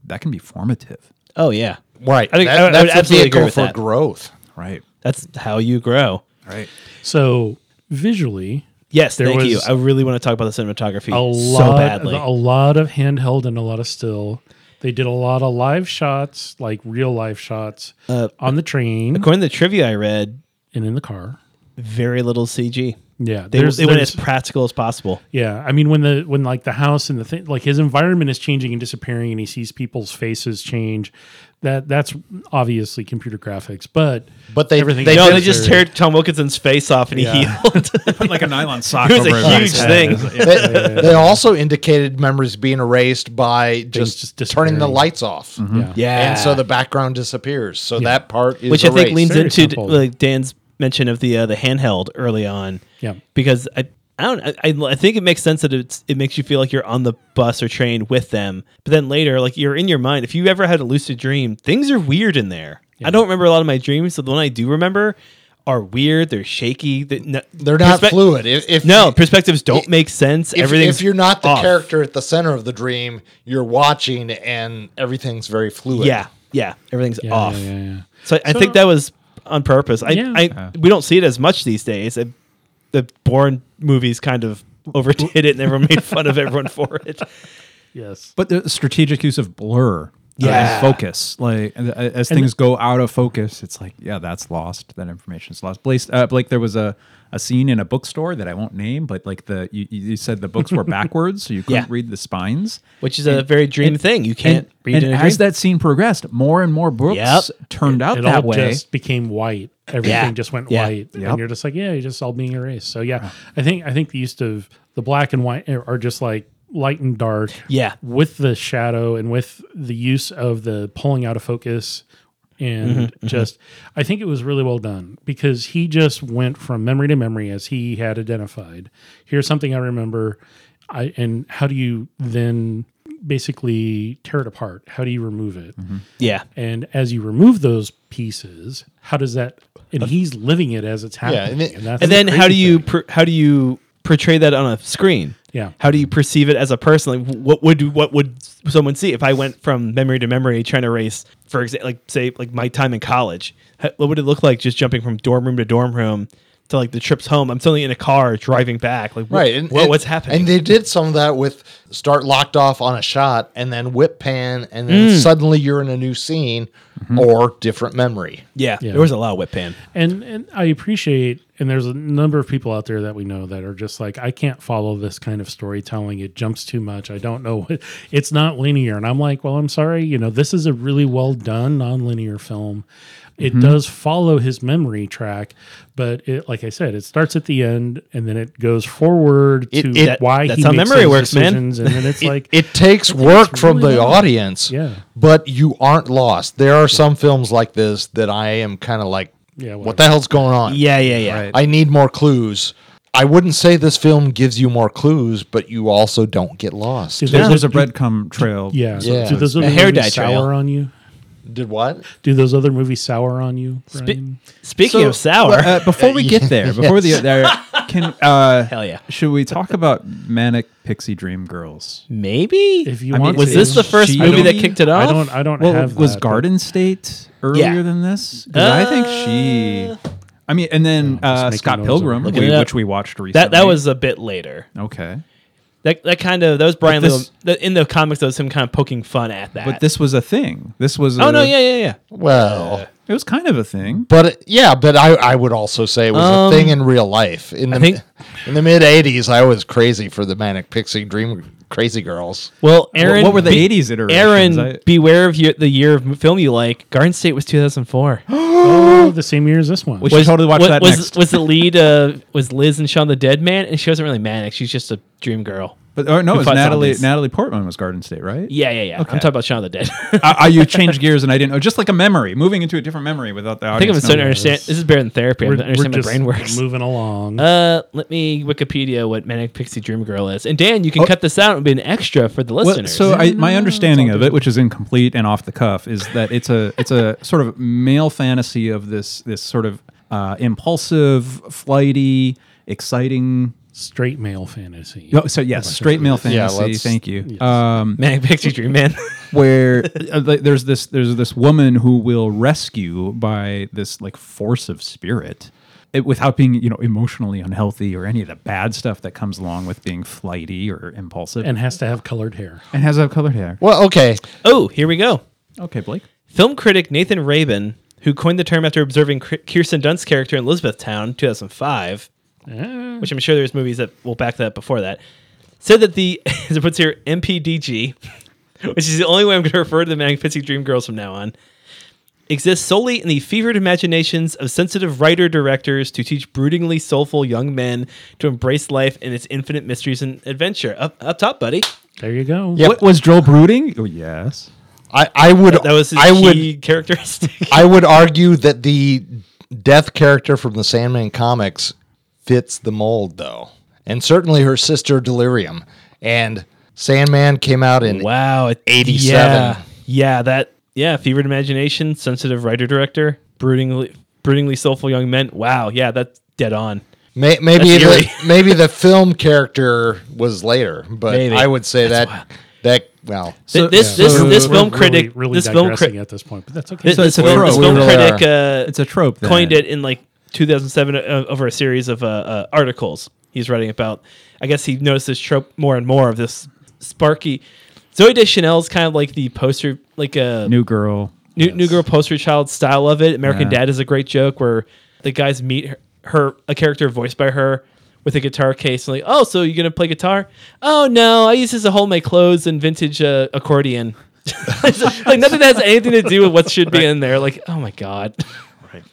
[SPEAKER 2] that can be formative.
[SPEAKER 3] Oh yeah,
[SPEAKER 4] right
[SPEAKER 3] I think
[SPEAKER 4] That-
[SPEAKER 3] I, I would
[SPEAKER 4] that's a
[SPEAKER 3] absolutely agree
[SPEAKER 4] vehicle
[SPEAKER 3] with
[SPEAKER 4] for
[SPEAKER 3] that.
[SPEAKER 4] growth
[SPEAKER 2] Right.
[SPEAKER 3] That's how you grow.
[SPEAKER 2] Right.
[SPEAKER 1] So visually,
[SPEAKER 3] Yes,
[SPEAKER 1] There
[SPEAKER 3] thank you.
[SPEAKER 1] was
[SPEAKER 3] I really want to talk about the cinematography
[SPEAKER 1] a lot,
[SPEAKER 3] so badly.
[SPEAKER 1] a lot of handheld and a lot of still. They did a lot of live shots, like real life shots,
[SPEAKER 3] Uh,
[SPEAKER 1] on the train
[SPEAKER 3] According to the trivia I read,
[SPEAKER 1] and in the car.
[SPEAKER 3] very little CG.
[SPEAKER 1] Yeah,
[SPEAKER 3] They,
[SPEAKER 1] there's-
[SPEAKER 3] they went
[SPEAKER 1] there's-
[SPEAKER 3] as practical as possible.
[SPEAKER 1] Yeah, I mean when the when like the house and the thing like his environment is changing and disappearing and he sees people's faces change, that that's obviously computer graphics, but
[SPEAKER 4] But they-
[SPEAKER 1] everything
[SPEAKER 4] they-
[SPEAKER 1] else
[SPEAKER 3] No,
[SPEAKER 4] did
[SPEAKER 3] they
[SPEAKER 1] is
[SPEAKER 3] just
[SPEAKER 1] very-
[SPEAKER 3] teared Tom Wilkinson's face off and he
[SPEAKER 1] Yeah.
[SPEAKER 3] healed.
[SPEAKER 2] Put like a nylon sock.
[SPEAKER 3] It was a
[SPEAKER 2] over everybody's
[SPEAKER 3] huge
[SPEAKER 2] head.
[SPEAKER 3] thing.
[SPEAKER 2] It was- yeah.
[SPEAKER 4] they, they also indicated memories being erased by just,
[SPEAKER 1] just
[SPEAKER 4] turning the
[SPEAKER 1] disappearing.
[SPEAKER 4] lights off
[SPEAKER 3] Mm-hmm.
[SPEAKER 1] yeah.
[SPEAKER 4] and so the background disappears so that part is
[SPEAKER 3] which I think
[SPEAKER 4] erased.
[SPEAKER 3] leans
[SPEAKER 1] Very
[SPEAKER 3] into d-
[SPEAKER 1] simple.
[SPEAKER 3] like Dan's mention of the uh, the handheld early on.
[SPEAKER 1] Yeah.
[SPEAKER 3] because I. I don't. I- I, I think it makes sense that it's, it makes you feel like you're on the bus or train with them, but then later, like you're in your mind. If you ever had a lucid dream, things are weird in there. I don't remember a lot of my dreams, so the one I do remember are weird. They're shaky. They're not,
[SPEAKER 4] they're not
[SPEAKER 3] perspe-
[SPEAKER 4] fluid if, if
[SPEAKER 3] No, perspectives don't make sense.
[SPEAKER 4] if,
[SPEAKER 3] Everything's
[SPEAKER 4] if you're not the
[SPEAKER 3] off.
[SPEAKER 4] character at the center of the dream, you're watching and everything's very fluid.
[SPEAKER 3] Yeah, yeah, everything's
[SPEAKER 1] Yeah,
[SPEAKER 3] off.
[SPEAKER 1] yeah, yeah, yeah.
[SPEAKER 3] So I, I think that was on purpose. I,
[SPEAKER 1] Yeah.
[SPEAKER 3] I we don't see it as much these days. I, the Bourne movies kind of overdid it, and everyone made fun of everyone for it.
[SPEAKER 1] Yes.
[SPEAKER 2] But the strategic use of blur. uh, and
[SPEAKER 3] Yeah.
[SPEAKER 2] focus. Like uh, as things go out of focus, it's like, yeah, that's lost. That information's lost. Blake, uh, Blake, there was a, a scene in a bookstore that I won't name, but like the you, you you said the books were backwards, so you couldn't
[SPEAKER 3] Yeah.
[SPEAKER 2] read the spines.
[SPEAKER 3] Which is a very dream thing. You can't read
[SPEAKER 2] and
[SPEAKER 3] in a
[SPEAKER 2] as
[SPEAKER 3] dream.
[SPEAKER 2] that scene progressed, more and more books
[SPEAKER 3] Yep.
[SPEAKER 2] turned out
[SPEAKER 1] it all
[SPEAKER 2] that way.
[SPEAKER 1] just became white. Everything
[SPEAKER 3] Yeah.
[SPEAKER 1] just went
[SPEAKER 3] Yeah.
[SPEAKER 1] white,
[SPEAKER 2] Yep.
[SPEAKER 1] and you're just like, yeah, you're just all being erased. So yeah, I think I think the use of the black and white are are just like light and dark.
[SPEAKER 3] Yeah.
[SPEAKER 1] with the shadow and with the use of the pulling out of focus. And just, I think it was really well done because he just went from memory to memory as he had identified. Here's something I remember, I and how do you then basically tear it apart? How do you remove it?
[SPEAKER 3] yeah,
[SPEAKER 1] And as you remove those pieces, how does that? And he's living it as it's happening.
[SPEAKER 4] Yeah, and it-
[SPEAKER 1] that's
[SPEAKER 3] and
[SPEAKER 1] the
[SPEAKER 3] then how do
[SPEAKER 1] crazy
[SPEAKER 3] you
[SPEAKER 1] thing.
[SPEAKER 3] per, how do you portray that on a screen?
[SPEAKER 1] Yeah.
[SPEAKER 3] How do you perceive it as a person? Like, what would what would someone see if I went from memory to memory trying to race, for example, like say like my time in college? How, what would it look like just jumping from dorm room to dorm room to like the trips home? I'm suddenly in a car driving back. Like, what-
[SPEAKER 4] Right. And,
[SPEAKER 3] what-
[SPEAKER 4] and-
[SPEAKER 3] what's happening?
[SPEAKER 4] And they did some of that with
[SPEAKER 3] Mm.
[SPEAKER 4] start locked off on a shot and then whip pan and then suddenly you're in a new scene or different memory.
[SPEAKER 3] Yeah, there was a lot of whip pan.
[SPEAKER 1] And and I appreciate and there's a number of people out there that we know that are just like I can't follow this kind of storytelling. It jumps too much. I don't know what it's not linear. And I'm like, well, I'm sorry, you know, this is a really well done nonlinear film. It does follow his memory track, but it like I said, it starts at the end and then it goes forward
[SPEAKER 4] It-
[SPEAKER 1] to
[SPEAKER 4] it-
[SPEAKER 1] why
[SPEAKER 3] that's
[SPEAKER 1] he
[SPEAKER 3] how
[SPEAKER 1] makes
[SPEAKER 3] memory
[SPEAKER 1] those
[SPEAKER 3] works, man.
[SPEAKER 1] decisions, And then it's
[SPEAKER 4] It,
[SPEAKER 1] like
[SPEAKER 4] it takes work from
[SPEAKER 1] really
[SPEAKER 4] the
[SPEAKER 1] well.
[SPEAKER 4] audience,
[SPEAKER 1] Yeah.
[SPEAKER 4] but you aren't lost. There are some films like this that I am kind of like,
[SPEAKER 1] Yeah,
[SPEAKER 4] what the hell's going on?
[SPEAKER 3] Yeah, yeah, yeah.
[SPEAKER 4] I need more clues. I wouldn't say this film gives you more clues, but you also don't get lost.
[SPEAKER 1] Did
[SPEAKER 4] Did,
[SPEAKER 1] they-
[SPEAKER 2] There's, there's a
[SPEAKER 1] Do-
[SPEAKER 2] breadcrumb trail.
[SPEAKER 1] yeah.
[SPEAKER 2] So-
[SPEAKER 4] Yeah.
[SPEAKER 1] Do those
[SPEAKER 4] A
[SPEAKER 1] other
[SPEAKER 3] hair dye
[SPEAKER 1] movies
[SPEAKER 3] trail.
[SPEAKER 1] sour on you?
[SPEAKER 4] what?
[SPEAKER 1] Do those other movies sour on you? Brian?
[SPEAKER 3] Speaking
[SPEAKER 2] So,
[SPEAKER 3] of sour,
[SPEAKER 2] well, uh, before we get there, before the there, can uh,
[SPEAKER 3] Hell yeah.
[SPEAKER 2] should we talk about manic pixie dream girls?
[SPEAKER 3] maybe
[SPEAKER 1] If you
[SPEAKER 2] I mean,
[SPEAKER 1] want,
[SPEAKER 2] was
[SPEAKER 1] to.
[SPEAKER 2] this the
[SPEAKER 3] first
[SPEAKER 2] She-
[SPEAKER 3] movie that
[SPEAKER 2] I
[SPEAKER 3] kicked it
[SPEAKER 1] I
[SPEAKER 3] off?
[SPEAKER 1] don't. I don't
[SPEAKER 2] Well,
[SPEAKER 1] have.
[SPEAKER 2] was
[SPEAKER 1] that, but-
[SPEAKER 2] Garden State earlier
[SPEAKER 3] Yeah. Uh,
[SPEAKER 2] than this? 'Cause I think she. I mean, and then uh,
[SPEAKER 1] making
[SPEAKER 2] Scott
[SPEAKER 1] those
[SPEAKER 2] Pilgrim,
[SPEAKER 1] up.
[SPEAKER 2] we-
[SPEAKER 3] Look it up.
[SPEAKER 2] which we watched recently.
[SPEAKER 3] that that was a bit later.
[SPEAKER 2] okay,
[SPEAKER 3] That that kind of that was Brian
[SPEAKER 2] But
[SPEAKER 3] Little
[SPEAKER 2] this-
[SPEAKER 3] that- in the comics. That was him kind of poking fun at that.
[SPEAKER 2] but this was a thing. This was.
[SPEAKER 3] oh
[SPEAKER 2] a-
[SPEAKER 3] no, yeah, yeah, yeah.
[SPEAKER 4] Well,
[SPEAKER 3] Uh,
[SPEAKER 2] it was kind of a thing.
[SPEAKER 4] but it- yeah, but I, I would also say it was
[SPEAKER 3] Um,
[SPEAKER 4] a thing in real life. In the
[SPEAKER 3] think-
[SPEAKER 4] in the mid '80s, I was crazy for the manic pixie dream crazy girls.
[SPEAKER 3] Well, Aaron,
[SPEAKER 2] what were the
[SPEAKER 3] be-
[SPEAKER 2] 80s iterations?
[SPEAKER 3] Aaron,
[SPEAKER 2] I-
[SPEAKER 3] beware of your, the year of film you like. Garden State was 2004.
[SPEAKER 1] Oh, the same year as this one.
[SPEAKER 2] We should totally watch
[SPEAKER 3] was,
[SPEAKER 2] that
[SPEAKER 3] was,
[SPEAKER 2] next.
[SPEAKER 3] was the lead uh, was Liz and Sean the Dead Man, and she wasn't really manic. She's just a dream girl.
[SPEAKER 2] but or no,
[SPEAKER 3] who
[SPEAKER 2] it was
[SPEAKER 3] fought
[SPEAKER 2] Natalie
[SPEAKER 3] zombies?
[SPEAKER 2] Natalie Portman was Garden State, right?
[SPEAKER 3] Yeah, yeah, yeah. I'm talking about Shaun of the Dead. I
[SPEAKER 2] I, I, you changed gears and I didn't know. Just like a memory, moving into a different memory without the
[SPEAKER 3] think I'm
[SPEAKER 2] audience.
[SPEAKER 3] starting to
[SPEAKER 2] knowing.
[SPEAKER 3] understand. This is better than therapy. I'm
[SPEAKER 1] We're-
[SPEAKER 3] not understanding
[SPEAKER 1] we're
[SPEAKER 3] my brain works.
[SPEAKER 1] Moving along.
[SPEAKER 3] Uh, let me Wikipedia what Manic Pixie Dream Girl is, and Dan, you can
[SPEAKER 2] Oh.
[SPEAKER 3] cut this out and be an extra for the
[SPEAKER 2] Well,
[SPEAKER 3] listeners.
[SPEAKER 2] so I, my understanding of it, which is incomplete and off the cuff, is that it's a it's a sort of male fantasy of this this sort of uh, impulsive, flighty, exciting.
[SPEAKER 1] Straight male fantasy.
[SPEAKER 2] oh, so yes, straight male
[SPEAKER 4] Yeah,
[SPEAKER 2] fantasy.
[SPEAKER 4] let's-
[SPEAKER 2] thank you. Um,
[SPEAKER 3] Manic Pixie Dream Man.
[SPEAKER 2] where uh, like, there's this there's this woman who will rescue by this like force of spirit it, without being you know emotionally unhealthy or any of the bad stuff that comes along with being flighty or impulsive
[SPEAKER 1] And has to have colored hair.
[SPEAKER 2] and has a colored hair
[SPEAKER 4] Well, okay,
[SPEAKER 3] oh, here we go.
[SPEAKER 2] okay blake
[SPEAKER 3] Film critic Nathan Rabin, who coined the term after observing Cr- Kirsten Dunst's character in Elizabethtown, 2005,
[SPEAKER 1] Eh,
[SPEAKER 3] which I'm sure there's movies that will back that up before that, said that the, as it puts here, MPDG, which is the only way I'm going to refer to the Manic Pixie Dream Girls from now on, exists solely in the fevered imaginations of sensitive writer directors to teach broodingly soulful young men to embrace life and its infinite mysteries and adventure. Up, up top, buddy.
[SPEAKER 1] there you go.
[SPEAKER 4] Yep.
[SPEAKER 2] what was joel brooding oh yes
[SPEAKER 4] I, I would
[SPEAKER 3] That was his
[SPEAKER 4] I would
[SPEAKER 3] key characteristic.
[SPEAKER 4] I would argue that the death character from the Sandman comics fits the mold, though, and certainly her sister Delirium. And Sandman came out in
[SPEAKER 3] Wow, it-
[SPEAKER 4] 87.
[SPEAKER 3] Yeah, yeah, that yeah, fevered imagination, sensitive writer director, broodingly broodingly soulful young men. Wow, yeah, that's dead on.
[SPEAKER 4] may, maybe
[SPEAKER 3] That's
[SPEAKER 4] the,
[SPEAKER 3] eerie.
[SPEAKER 4] maybe the film character was later, but
[SPEAKER 3] Maybe.
[SPEAKER 4] I would say that that well,
[SPEAKER 3] Th- this this
[SPEAKER 2] so-
[SPEAKER 3] this
[SPEAKER 1] We're
[SPEAKER 3] film
[SPEAKER 1] really-
[SPEAKER 3] critic
[SPEAKER 1] Really,
[SPEAKER 3] this film
[SPEAKER 1] digressing
[SPEAKER 3] critic
[SPEAKER 1] at this point, but that's okay.
[SPEAKER 3] this, this
[SPEAKER 2] it's a
[SPEAKER 3] film,
[SPEAKER 2] trope.
[SPEAKER 3] this film
[SPEAKER 4] We really
[SPEAKER 3] critic uh,
[SPEAKER 2] it's a trope then.
[SPEAKER 3] coined it in like 2007 uh, over a series of uh, uh, articles he's writing about. I guess he noticed this trope more and more of this sparky. Zoe Deschanel's kind of like the poster, like uh, a
[SPEAKER 2] new girl
[SPEAKER 3] New, New Girl poster child style of it. American
[SPEAKER 2] Yeah.
[SPEAKER 3] Dad is a great joke where the guys meet her, her a character voiced by her with a guitar case and like, oh, so you're gonna play guitar? Oh no, I use this to hold my clothes and vintage uh, accordion. It's like nothing that has anything to do with what should be in there. Like, oh my god.
[SPEAKER 4] all right.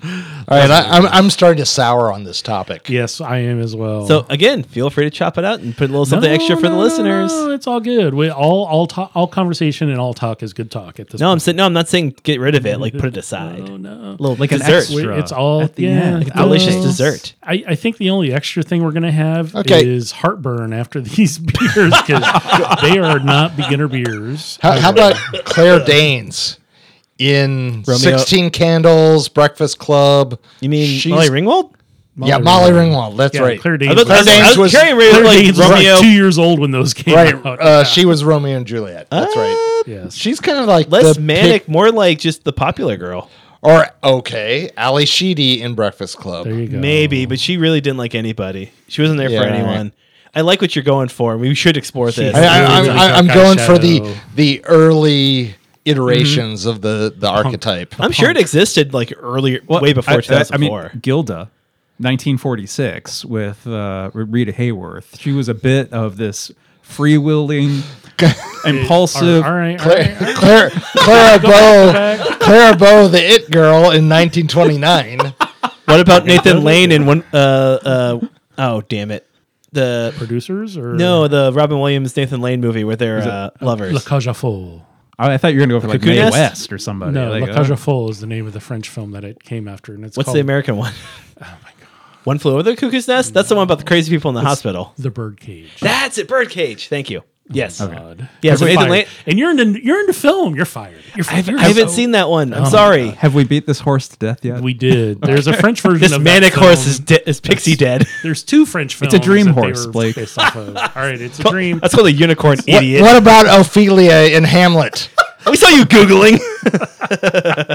[SPEAKER 4] I, I'm I'm starting to sour on this topic.
[SPEAKER 1] yes, I am as well.
[SPEAKER 3] So again, feel free to chop it out and put a little something
[SPEAKER 1] Oh. No,
[SPEAKER 3] extra for the
[SPEAKER 1] no, no,
[SPEAKER 3] listeners.
[SPEAKER 1] no,
[SPEAKER 3] No,
[SPEAKER 1] it's all good. We all all talk, all conversation and all talk is good talk at this.
[SPEAKER 3] I'm saying no, I'm not saying get rid of it. Like put it aside.
[SPEAKER 1] point. no,
[SPEAKER 3] little like
[SPEAKER 2] an
[SPEAKER 3] dessert.
[SPEAKER 2] extra.
[SPEAKER 1] We- it's all
[SPEAKER 2] at the
[SPEAKER 1] yeah,
[SPEAKER 2] end. Like a
[SPEAKER 3] delicious
[SPEAKER 1] Oh.
[SPEAKER 3] dessert.
[SPEAKER 1] I, I think the only extra thing we're gonna have
[SPEAKER 4] Okay.
[SPEAKER 1] is heartburn after these beers because they are not beginner beers.
[SPEAKER 4] How, how about Claire Danes in Sixteen Candles, Breakfast Club?
[SPEAKER 3] You mean
[SPEAKER 4] She's-
[SPEAKER 3] Molly Ringwald?
[SPEAKER 4] yeah, Molly Ringwald. That's
[SPEAKER 1] Yeah,
[SPEAKER 4] right.
[SPEAKER 1] Claire
[SPEAKER 3] I
[SPEAKER 1] Danes.
[SPEAKER 3] thought- I was, I
[SPEAKER 4] Danes
[SPEAKER 3] was
[SPEAKER 4] was-
[SPEAKER 3] carrying
[SPEAKER 1] Claire
[SPEAKER 3] like
[SPEAKER 1] Danes was like
[SPEAKER 3] Romeo.
[SPEAKER 1] two years old when those came
[SPEAKER 4] Right.
[SPEAKER 1] out.
[SPEAKER 4] Uh, She was Romeo and Juliet. That's right.
[SPEAKER 1] yes.
[SPEAKER 4] She's kind of like
[SPEAKER 3] Less
[SPEAKER 4] the
[SPEAKER 3] manic,
[SPEAKER 4] pick-
[SPEAKER 3] more like just the popular girl.
[SPEAKER 4] or okay, Ali Sheedy in Breakfast Club.
[SPEAKER 1] there you go.
[SPEAKER 3] Maybe, but she really didn't like anybody. She wasn't there
[SPEAKER 4] Yeah,
[SPEAKER 3] for
[SPEAKER 4] right.
[SPEAKER 3] anyone. I like what you're going for. and We should explore this.
[SPEAKER 4] I,
[SPEAKER 1] Yeah,
[SPEAKER 4] I,
[SPEAKER 1] really
[SPEAKER 4] I'm, I'm
[SPEAKER 1] dark
[SPEAKER 4] going for
[SPEAKER 1] eyeshadow.
[SPEAKER 4] the the early iterations of the the archetype.
[SPEAKER 3] Mm-hmm. I'm sure it existed like earlier,
[SPEAKER 2] Well,
[SPEAKER 3] way before
[SPEAKER 2] I- I- I,
[SPEAKER 3] 2004.
[SPEAKER 2] mean, Gilda, 1946, with uh, Rita Hayworth. She was a bit of this freewheeling, impulsive.
[SPEAKER 1] all right, all
[SPEAKER 4] Claire,
[SPEAKER 1] right.
[SPEAKER 4] Claire, Clara Bow, Clara Bow, the it girl in 1929.
[SPEAKER 3] what about Nathan Lane and one? Uh, uh, oh, damn it. The
[SPEAKER 1] Producers or
[SPEAKER 3] no, the Robin Williams Nathan Lane movie where they're uh, lovers.
[SPEAKER 1] La Cage aux Folles.
[SPEAKER 2] I, I thought you were going to go for like
[SPEAKER 3] Cocoon
[SPEAKER 2] Mae
[SPEAKER 3] Nest?
[SPEAKER 2] West or somebody.
[SPEAKER 1] No,
[SPEAKER 2] like,
[SPEAKER 1] La Cage
[SPEAKER 2] uh,
[SPEAKER 1] aux Folles is the name of the French film that it came after, and it's
[SPEAKER 3] What's
[SPEAKER 1] called
[SPEAKER 3] the American one? One flew over the cuckoo's nest. That's the one about the crazy people in the hospital.
[SPEAKER 1] The Birdcage.
[SPEAKER 3] That's it. Birdcage. Thank you. Yes.
[SPEAKER 1] God.
[SPEAKER 3] Yeah, so
[SPEAKER 1] You're
[SPEAKER 3] Nathan
[SPEAKER 1] fired.
[SPEAKER 3] Lane-
[SPEAKER 1] and you're into you're into film. You're fired. You're fired.
[SPEAKER 3] I haven't seen that one. I'm sorry.
[SPEAKER 2] have we beat this horse to death yet?
[SPEAKER 1] We did. There's a French version
[SPEAKER 3] This
[SPEAKER 1] of that
[SPEAKER 3] manic
[SPEAKER 1] film.
[SPEAKER 3] horse is de- is pixie dead.
[SPEAKER 1] There's two French films.
[SPEAKER 2] a dream
[SPEAKER 1] that they
[SPEAKER 2] horse,
[SPEAKER 1] were
[SPEAKER 2] Blake.
[SPEAKER 1] based off of. All right, it's a dream.
[SPEAKER 3] That's called a unicorn,
[SPEAKER 4] What,
[SPEAKER 3] idiot.
[SPEAKER 4] what about Ophelia in Hamlet?
[SPEAKER 3] We saw you googling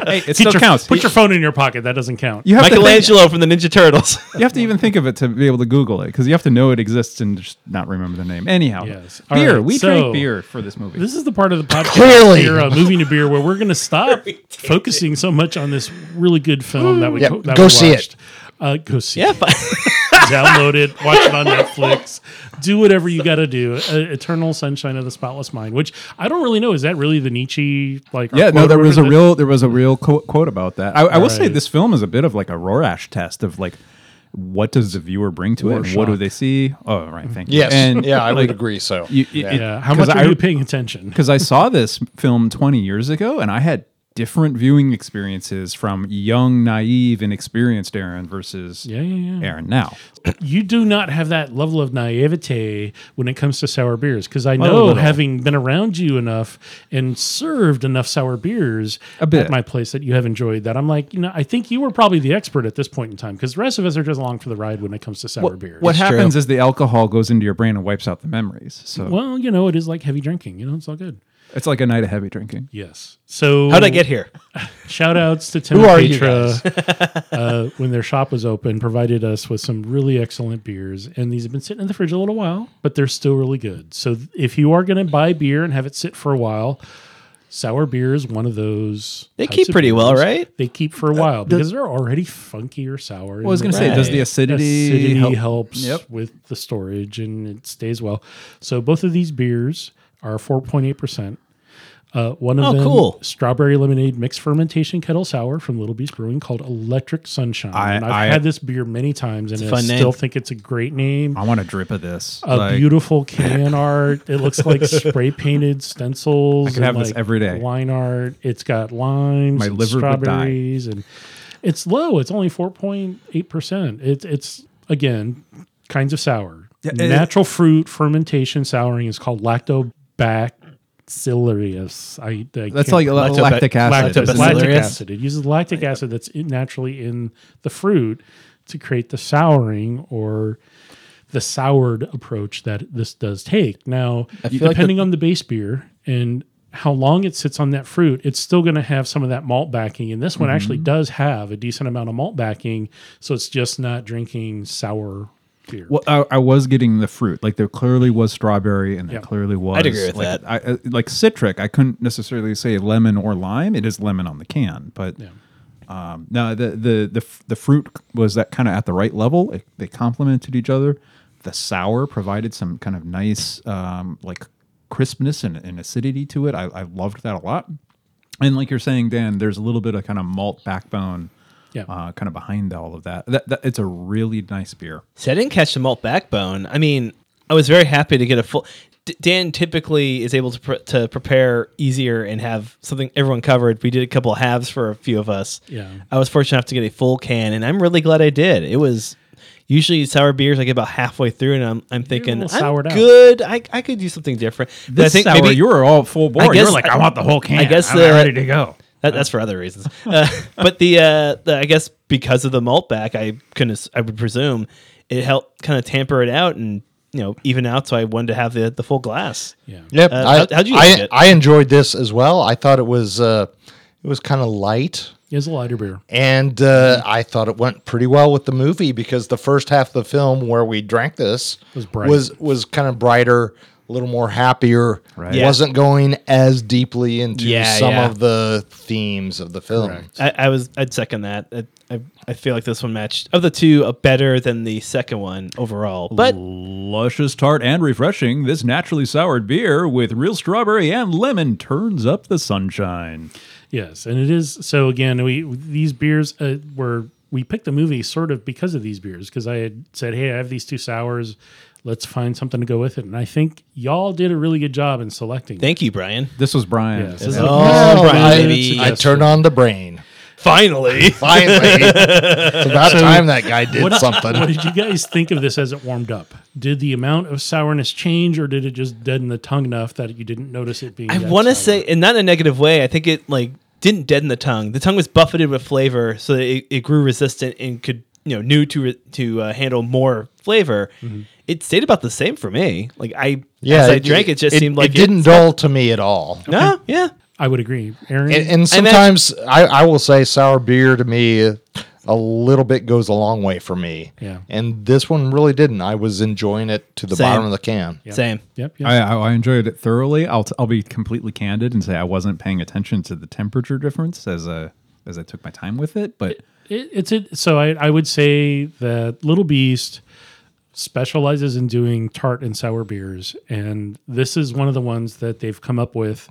[SPEAKER 2] hey, it
[SPEAKER 1] Put
[SPEAKER 2] still
[SPEAKER 1] your-
[SPEAKER 2] counts.
[SPEAKER 1] Put your phone in your pocket. That doesn't count.
[SPEAKER 2] you have to think-
[SPEAKER 3] Michelangelo from the Ninja Turtles.
[SPEAKER 2] You have to even think of it to be able to Google it because you have to know it exists and just not remember the name. Anyhow,
[SPEAKER 1] Yes. All
[SPEAKER 2] beer.
[SPEAKER 1] right,
[SPEAKER 2] we
[SPEAKER 1] so-
[SPEAKER 2] drank beer for this movie.
[SPEAKER 1] This is the part of the podcast
[SPEAKER 4] Clearly.
[SPEAKER 1] here on moving to beer where we're going to stop focusing so much on this really good film that we
[SPEAKER 4] Yeah,
[SPEAKER 1] that
[SPEAKER 4] go
[SPEAKER 1] we
[SPEAKER 4] see it.
[SPEAKER 1] watched. Uh, go see
[SPEAKER 3] yeah,
[SPEAKER 1] it. Download it. Watch it on Netflix. Do whatever you got to do. Uh, Eternal Sunshine of the Spotless Mind, which I don't really know. Is that really the Nietzsche like?
[SPEAKER 2] yeah, no,
[SPEAKER 1] quote
[SPEAKER 2] there
[SPEAKER 1] or
[SPEAKER 2] was
[SPEAKER 1] whatever
[SPEAKER 2] a
[SPEAKER 1] that-
[SPEAKER 2] real there was a real co- quote about that. I, I will say
[SPEAKER 1] Right.
[SPEAKER 2] this film is a bit of like a Rorschach test of like, what does the viewer bring to it? And what do
[SPEAKER 1] Rorschach.
[SPEAKER 2] they see? Oh, right, thank you.
[SPEAKER 4] Yes.
[SPEAKER 2] And,
[SPEAKER 4] yeah, I
[SPEAKER 2] like,
[SPEAKER 4] would agree. So
[SPEAKER 2] you- you-
[SPEAKER 4] yeah.
[SPEAKER 2] it-
[SPEAKER 1] Yeah, how
[SPEAKER 2] 'cause
[SPEAKER 1] much are
[SPEAKER 2] I-
[SPEAKER 1] you paying attention?
[SPEAKER 2] because I saw this film 20 years ago and I had different viewing experiences from young, naive, inexperienced Aaron versus
[SPEAKER 1] Yeah, yeah, yeah.
[SPEAKER 2] Aaron now.
[SPEAKER 1] You do not have that level of naivete when it comes to sour beers because I
[SPEAKER 2] a
[SPEAKER 1] know
[SPEAKER 2] little.
[SPEAKER 1] having been around you enough and served enough sour beers
[SPEAKER 2] A bit.
[SPEAKER 1] at my place that you have enjoyed that. I'm like, you know, I think you were probably the expert at this point in time because the rest of us are just along for the ride when it comes to sour beers.
[SPEAKER 2] What
[SPEAKER 3] It's true.
[SPEAKER 2] happens is the alcohol goes into your brain and wipes out the memories. So
[SPEAKER 1] Well, you know, it is like heavy drinking. You know, it's all good.
[SPEAKER 2] it's like a night of heavy drinking.
[SPEAKER 1] Yes. So
[SPEAKER 3] How'd I get here?
[SPEAKER 1] Shout outs to Tim
[SPEAKER 4] Who
[SPEAKER 1] and
[SPEAKER 4] are you
[SPEAKER 1] Petra, uh, when their shop was open, provided us with some really excellent beers. And these have been sitting in the fridge a little while, but they're still really good. So th- if you are going to buy beer and have it sit for a while, sour beer is one of those.
[SPEAKER 3] They
[SPEAKER 1] types
[SPEAKER 3] keep
[SPEAKER 1] of
[SPEAKER 3] pretty well,
[SPEAKER 1] beers
[SPEAKER 3] right?
[SPEAKER 1] They keep for a while because they're already funky or sour.
[SPEAKER 2] Uh, Well, I was going
[SPEAKER 1] to
[SPEAKER 2] to say, does the
[SPEAKER 3] Right.
[SPEAKER 2] acidity,
[SPEAKER 1] acidity
[SPEAKER 2] help?
[SPEAKER 1] helps
[SPEAKER 2] Yep.
[SPEAKER 1] with the storage and it stays well. So both of these beers are 4.8%. Uh, one of
[SPEAKER 3] Oh,
[SPEAKER 1] them,
[SPEAKER 3] cool.
[SPEAKER 1] strawberry lemonade mixed fermentation kettle sour from Little Beast Brewing called Electric Sunshine.
[SPEAKER 2] I-
[SPEAKER 1] and I've
[SPEAKER 2] I-
[SPEAKER 1] had this beer many times and
[SPEAKER 3] a
[SPEAKER 1] I
[SPEAKER 3] fun name.
[SPEAKER 1] still think it's a great name.
[SPEAKER 2] I want a drip of this.
[SPEAKER 1] A
[SPEAKER 2] Like-
[SPEAKER 1] beautiful can art. It looks like spray painted stencils.
[SPEAKER 2] I could
[SPEAKER 1] and,
[SPEAKER 2] have this
[SPEAKER 1] like,
[SPEAKER 2] every day.
[SPEAKER 1] Wine art. It's got limes,
[SPEAKER 2] My
[SPEAKER 1] and
[SPEAKER 2] liver would die.
[SPEAKER 1] strawberries, and it's low. It's only four point eight percent. It's it's again kinds of sour.
[SPEAKER 2] it-
[SPEAKER 1] Natural fruit fermentation souring is called lactobacillus. I, I
[SPEAKER 2] That's
[SPEAKER 1] can't
[SPEAKER 2] like
[SPEAKER 1] pronounce-
[SPEAKER 2] lactic, acid.
[SPEAKER 3] lactobacillus.
[SPEAKER 2] isn't it?
[SPEAKER 1] lactic
[SPEAKER 3] Lactobacillus.
[SPEAKER 1] acid. It uses lactic acid that's in, naturally in the fruit to create the souring or the soured approach that this does take. Now,
[SPEAKER 3] feel like
[SPEAKER 1] depending on the base beer and how long it sits on that fruit, it's still going to have some of that malt backing. And this one actually does have a decent amount of malt backing. So it's just not drinking sour beer.
[SPEAKER 2] Well, I, I was getting the fruit. Like there clearly was strawberry, and there
[SPEAKER 1] Yeah.
[SPEAKER 2] clearly was.
[SPEAKER 3] I'd agree with
[SPEAKER 2] like,
[SPEAKER 3] that.
[SPEAKER 2] I, I- like citric, I couldn't necessarily say lemon or lime. It is lemon on the can, but um, no, the, the the f- the fruit was that kind of at the right level. It, they complemented each other. The sour provided some kind of nice um, like crispness and, and acidity to it. I, I loved that a lot. And like you're saying, Dan, there's a little bit of kind of malt backbone.
[SPEAKER 1] Yeah.
[SPEAKER 2] Uh, kind of behind all of that. That, that. It's a really nice beer.
[SPEAKER 3] See, I didn't catch the malt backbone. I mean, I was very happy to get a full. D- Dan typically is able to pre- to prepare easier and have something everyone covered. We did a couple halves for a few of us.
[SPEAKER 1] Yeah.
[SPEAKER 3] I was fortunate enough to get a full can, and I'm really glad I did. It was usually sour beers. I get about halfway through, and I'm I'm thinking
[SPEAKER 1] little
[SPEAKER 3] I'm
[SPEAKER 1] soured out.
[SPEAKER 3] good. I, I could do something different. But I
[SPEAKER 2] This
[SPEAKER 3] think
[SPEAKER 2] sour,
[SPEAKER 3] maybe
[SPEAKER 2] you were all full bore. you
[SPEAKER 3] guess-
[SPEAKER 2] were like, I, want the whole can.
[SPEAKER 3] I guess
[SPEAKER 2] I'm
[SPEAKER 3] the-
[SPEAKER 2] ready to go.
[SPEAKER 3] That, that's for other reasons. Uh, but the, uh, the I guess because of the malt back, I couldn't. ass- I would presume it helped kind of tamper it out and you know even out. So I wanted to have the the full glass.
[SPEAKER 1] yeah.
[SPEAKER 4] Yep.
[SPEAKER 3] Uh,
[SPEAKER 4] I,
[SPEAKER 3] how- how'd you
[SPEAKER 4] I,
[SPEAKER 3] like it?
[SPEAKER 4] I enjoyed this as well. I thought it was uh, it was kind of light.
[SPEAKER 1] It's a lighter beer.
[SPEAKER 4] And uh,
[SPEAKER 3] Mm-hmm.
[SPEAKER 4] I thought it went pretty well with the movie because the first half of the film where we drank this
[SPEAKER 1] Was bright.
[SPEAKER 4] was, was kind of brighter, a little more happier.
[SPEAKER 2] Right.
[SPEAKER 3] Yeah.
[SPEAKER 4] Wasn't going as deeply into
[SPEAKER 3] Yeah,
[SPEAKER 4] some
[SPEAKER 3] yeah.
[SPEAKER 4] of the themes of the film.
[SPEAKER 3] I, I was I'd second that. I, I I feel like this one matched of the two uh, better than the second one overall. But
[SPEAKER 2] Luscious, tart, and refreshing, this naturally soured beer with real strawberry and lemon turns up the sunshine.
[SPEAKER 1] Yes, and it is. So again, we these beers uh, were we picked the movie sort of because of these beers because I had said, hey, I have these two sours. Let's find something to go with it, and I think y'all did a really good job in selecting.
[SPEAKER 3] thank you, Brian.
[SPEAKER 2] This was Brian.
[SPEAKER 1] Yes, this is
[SPEAKER 2] Yeah.
[SPEAKER 1] a-
[SPEAKER 4] Oh,
[SPEAKER 3] Brian,
[SPEAKER 4] I,
[SPEAKER 3] baby.
[SPEAKER 4] I turned on the brain.
[SPEAKER 3] Finally,
[SPEAKER 4] Finally, it's about time that guy did
[SPEAKER 1] What
[SPEAKER 4] something.
[SPEAKER 1] did you guys think of this as it warmed up? Did the amount of sourness change, or did it just deaden the tongue enough that you didn't notice it being?
[SPEAKER 3] I
[SPEAKER 1] that
[SPEAKER 3] want to
[SPEAKER 1] sour?
[SPEAKER 3] say, and not in a negative way. I think it like didn't deaden the tongue. The tongue was buffeted with flavor, so that it, it grew resistant and could you know knew to re- to uh, handle more flavor.
[SPEAKER 1] Mm-hmm.
[SPEAKER 3] It stayed about the same for me. Like I yeah, as I drank it just seemed like
[SPEAKER 4] it didn't dull to me at all.
[SPEAKER 3] No, yeah.
[SPEAKER 1] I would agree, Aaron.
[SPEAKER 4] And, and
[SPEAKER 3] And that-
[SPEAKER 4] sometimes I, I will say sour beer to me uh, a little bit goes a long way for me.
[SPEAKER 1] Yeah.
[SPEAKER 4] And this one really didn't. I was enjoying it to the
[SPEAKER 3] Same.
[SPEAKER 4] bottom of the can.
[SPEAKER 3] Same.
[SPEAKER 1] yep, yep.
[SPEAKER 2] I, I I enjoyed it thoroughly. I'll, t- I'll be completely candid and say I wasn't paying attention to the temperature difference as a as I took my time with it, but
[SPEAKER 1] It, it's it. So I, I would say that Little Beast specializes in doing tart and sour beers, and this is one of the ones that they've come up with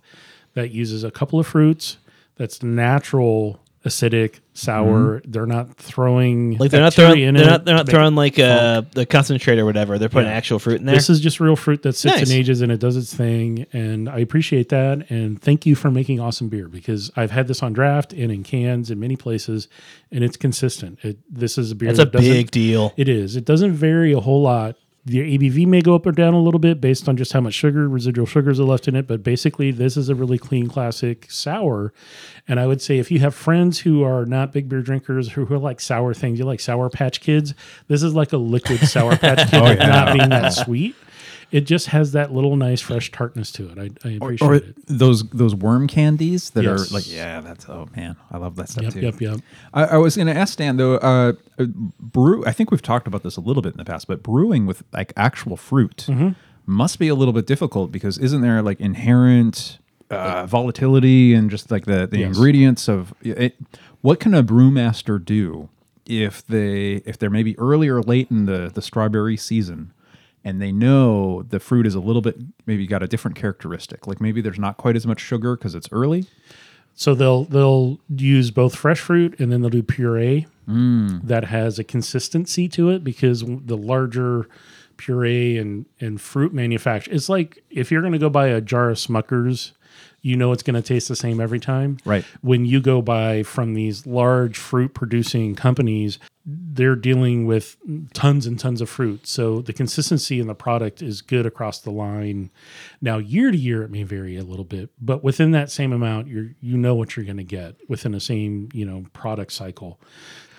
[SPEAKER 1] that uses a couple of fruits. That's natural acidic sour. They're not throwing
[SPEAKER 3] Mm-hmm. Like they're not
[SPEAKER 1] bacteria
[SPEAKER 3] throwing. They're
[SPEAKER 1] in it
[SPEAKER 3] not. They're
[SPEAKER 1] to
[SPEAKER 3] not
[SPEAKER 1] make
[SPEAKER 3] throwing like uh, the concentrate or whatever. They're putting
[SPEAKER 1] Yeah.
[SPEAKER 3] actual fruit in there.
[SPEAKER 1] This is just real fruit that sits
[SPEAKER 3] Nice.
[SPEAKER 1] and ages and it does its thing. And I appreciate that. And thank you for making awesome beer because I've had this on draft and in cans in many places, and it's consistent. It, this is a beer
[SPEAKER 3] That's a
[SPEAKER 1] that doesn't-
[SPEAKER 3] big deal.
[SPEAKER 1] It is. It doesn't vary a whole lot. The ABV may go up or down a little bit based on just how much sugar, residual sugars are left in it. But basically, this is a really clean, classic sour. And I would say if you have friends who are not big beer drinkers, who, who like sour things, you like Sour Patch Kids, this is like a liquid Sour Patch Kid, but not being that sweet. It just has that little nice, fresh tartness to it. I, I appreciate
[SPEAKER 2] or
[SPEAKER 1] it.
[SPEAKER 2] those those worm candies that
[SPEAKER 1] Yes.
[SPEAKER 2] are like yeah, that's oh man, I love that stuff
[SPEAKER 1] Yep,
[SPEAKER 2] too.
[SPEAKER 1] yep, yep.
[SPEAKER 2] I, I was going to ask Stan though. Uh, uh, brew. I think we've talked about this a little bit in the past, but brewing with like actual fruit must be a little bit difficult because isn't there like inherent uh, volatility and just like the, the ingredients of it? What can a brewmaster do if they if they're maybe early or late in the the strawberry season? And they know the fruit is a little bit maybe got a different characteristic. Like maybe there's not quite as much sugar because it's early.
[SPEAKER 1] So they'll they'll use both fresh fruit and then they'll do puree that has a consistency to it because the larger puree and and fruit manufacture it's like if you're going to go buy a jar of Smuckers, you know it's going to taste the same every time.
[SPEAKER 2] Right.
[SPEAKER 1] When you go buy from these large fruit producing companies, they're dealing with tons and tons of fruit. So the consistency in the product is good across the line. Now, year to year, it may vary a little bit, but within that same amount, you're you know what you're going to get within the same you know product cycle.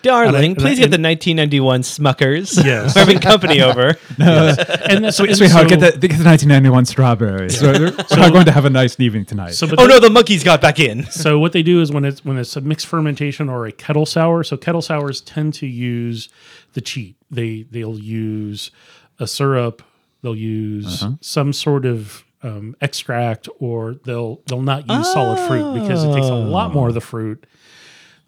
[SPEAKER 3] Darling,
[SPEAKER 1] and I-
[SPEAKER 3] please get the 1991 Smuckers.
[SPEAKER 1] Yes.
[SPEAKER 3] Urban Company over. Oh,
[SPEAKER 1] And that's and
[SPEAKER 2] Sweetheart,
[SPEAKER 1] so-
[SPEAKER 2] get the, get the 1991 strawberries. We're, we're not going to have a nice evening tonight.
[SPEAKER 1] So, but
[SPEAKER 3] Oh
[SPEAKER 1] then-
[SPEAKER 3] no, the monkeys got back in.
[SPEAKER 1] so what they do is when it's when it's a mixed fermentation or a kettle sour. So kettle sours tend to use the cheat. They they'll use a syrup. They'll use some sort of um, extract, or they'll they'll not use solid fruit because it takes a lot more of the fruit.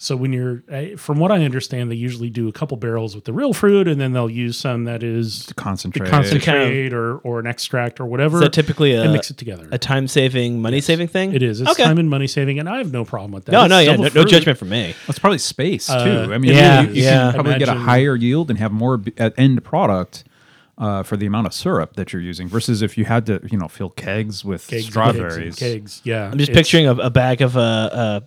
[SPEAKER 1] So when you're, I- from what I understand, they usually do a couple barrels with the real fruit, and then they'll use some that is
[SPEAKER 2] concentrate.
[SPEAKER 1] concentrate or or an extract or whatever.
[SPEAKER 3] So typically a-
[SPEAKER 1] and mix it together.
[SPEAKER 3] A time saving, money saving thing.
[SPEAKER 1] It is. It's
[SPEAKER 3] Mm-hmm. okay.
[SPEAKER 1] time and money saving, and I have no problem with that.
[SPEAKER 3] no,
[SPEAKER 1] It's
[SPEAKER 3] no, yeah,
[SPEAKER 1] double
[SPEAKER 3] no, no
[SPEAKER 1] fruit.
[SPEAKER 3] judgment from me.
[SPEAKER 2] It's probably space too.
[SPEAKER 1] Uh,
[SPEAKER 2] I mean,
[SPEAKER 3] yeah,
[SPEAKER 2] you, you can
[SPEAKER 3] yeah.
[SPEAKER 2] probably get a
[SPEAKER 1] Imagine-
[SPEAKER 2] higher yield and have more b- at end product uh, for the amount of syrup that you're using versus if you had to, you know, fill kegs with
[SPEAKER 1] Kegs,
[SPEAKER 2] strawberries.
[SPEAKER 1] kegs, and kegs. Yeah,
[SPEAKER 3] I'm just picturing a, a bag of uh, uh,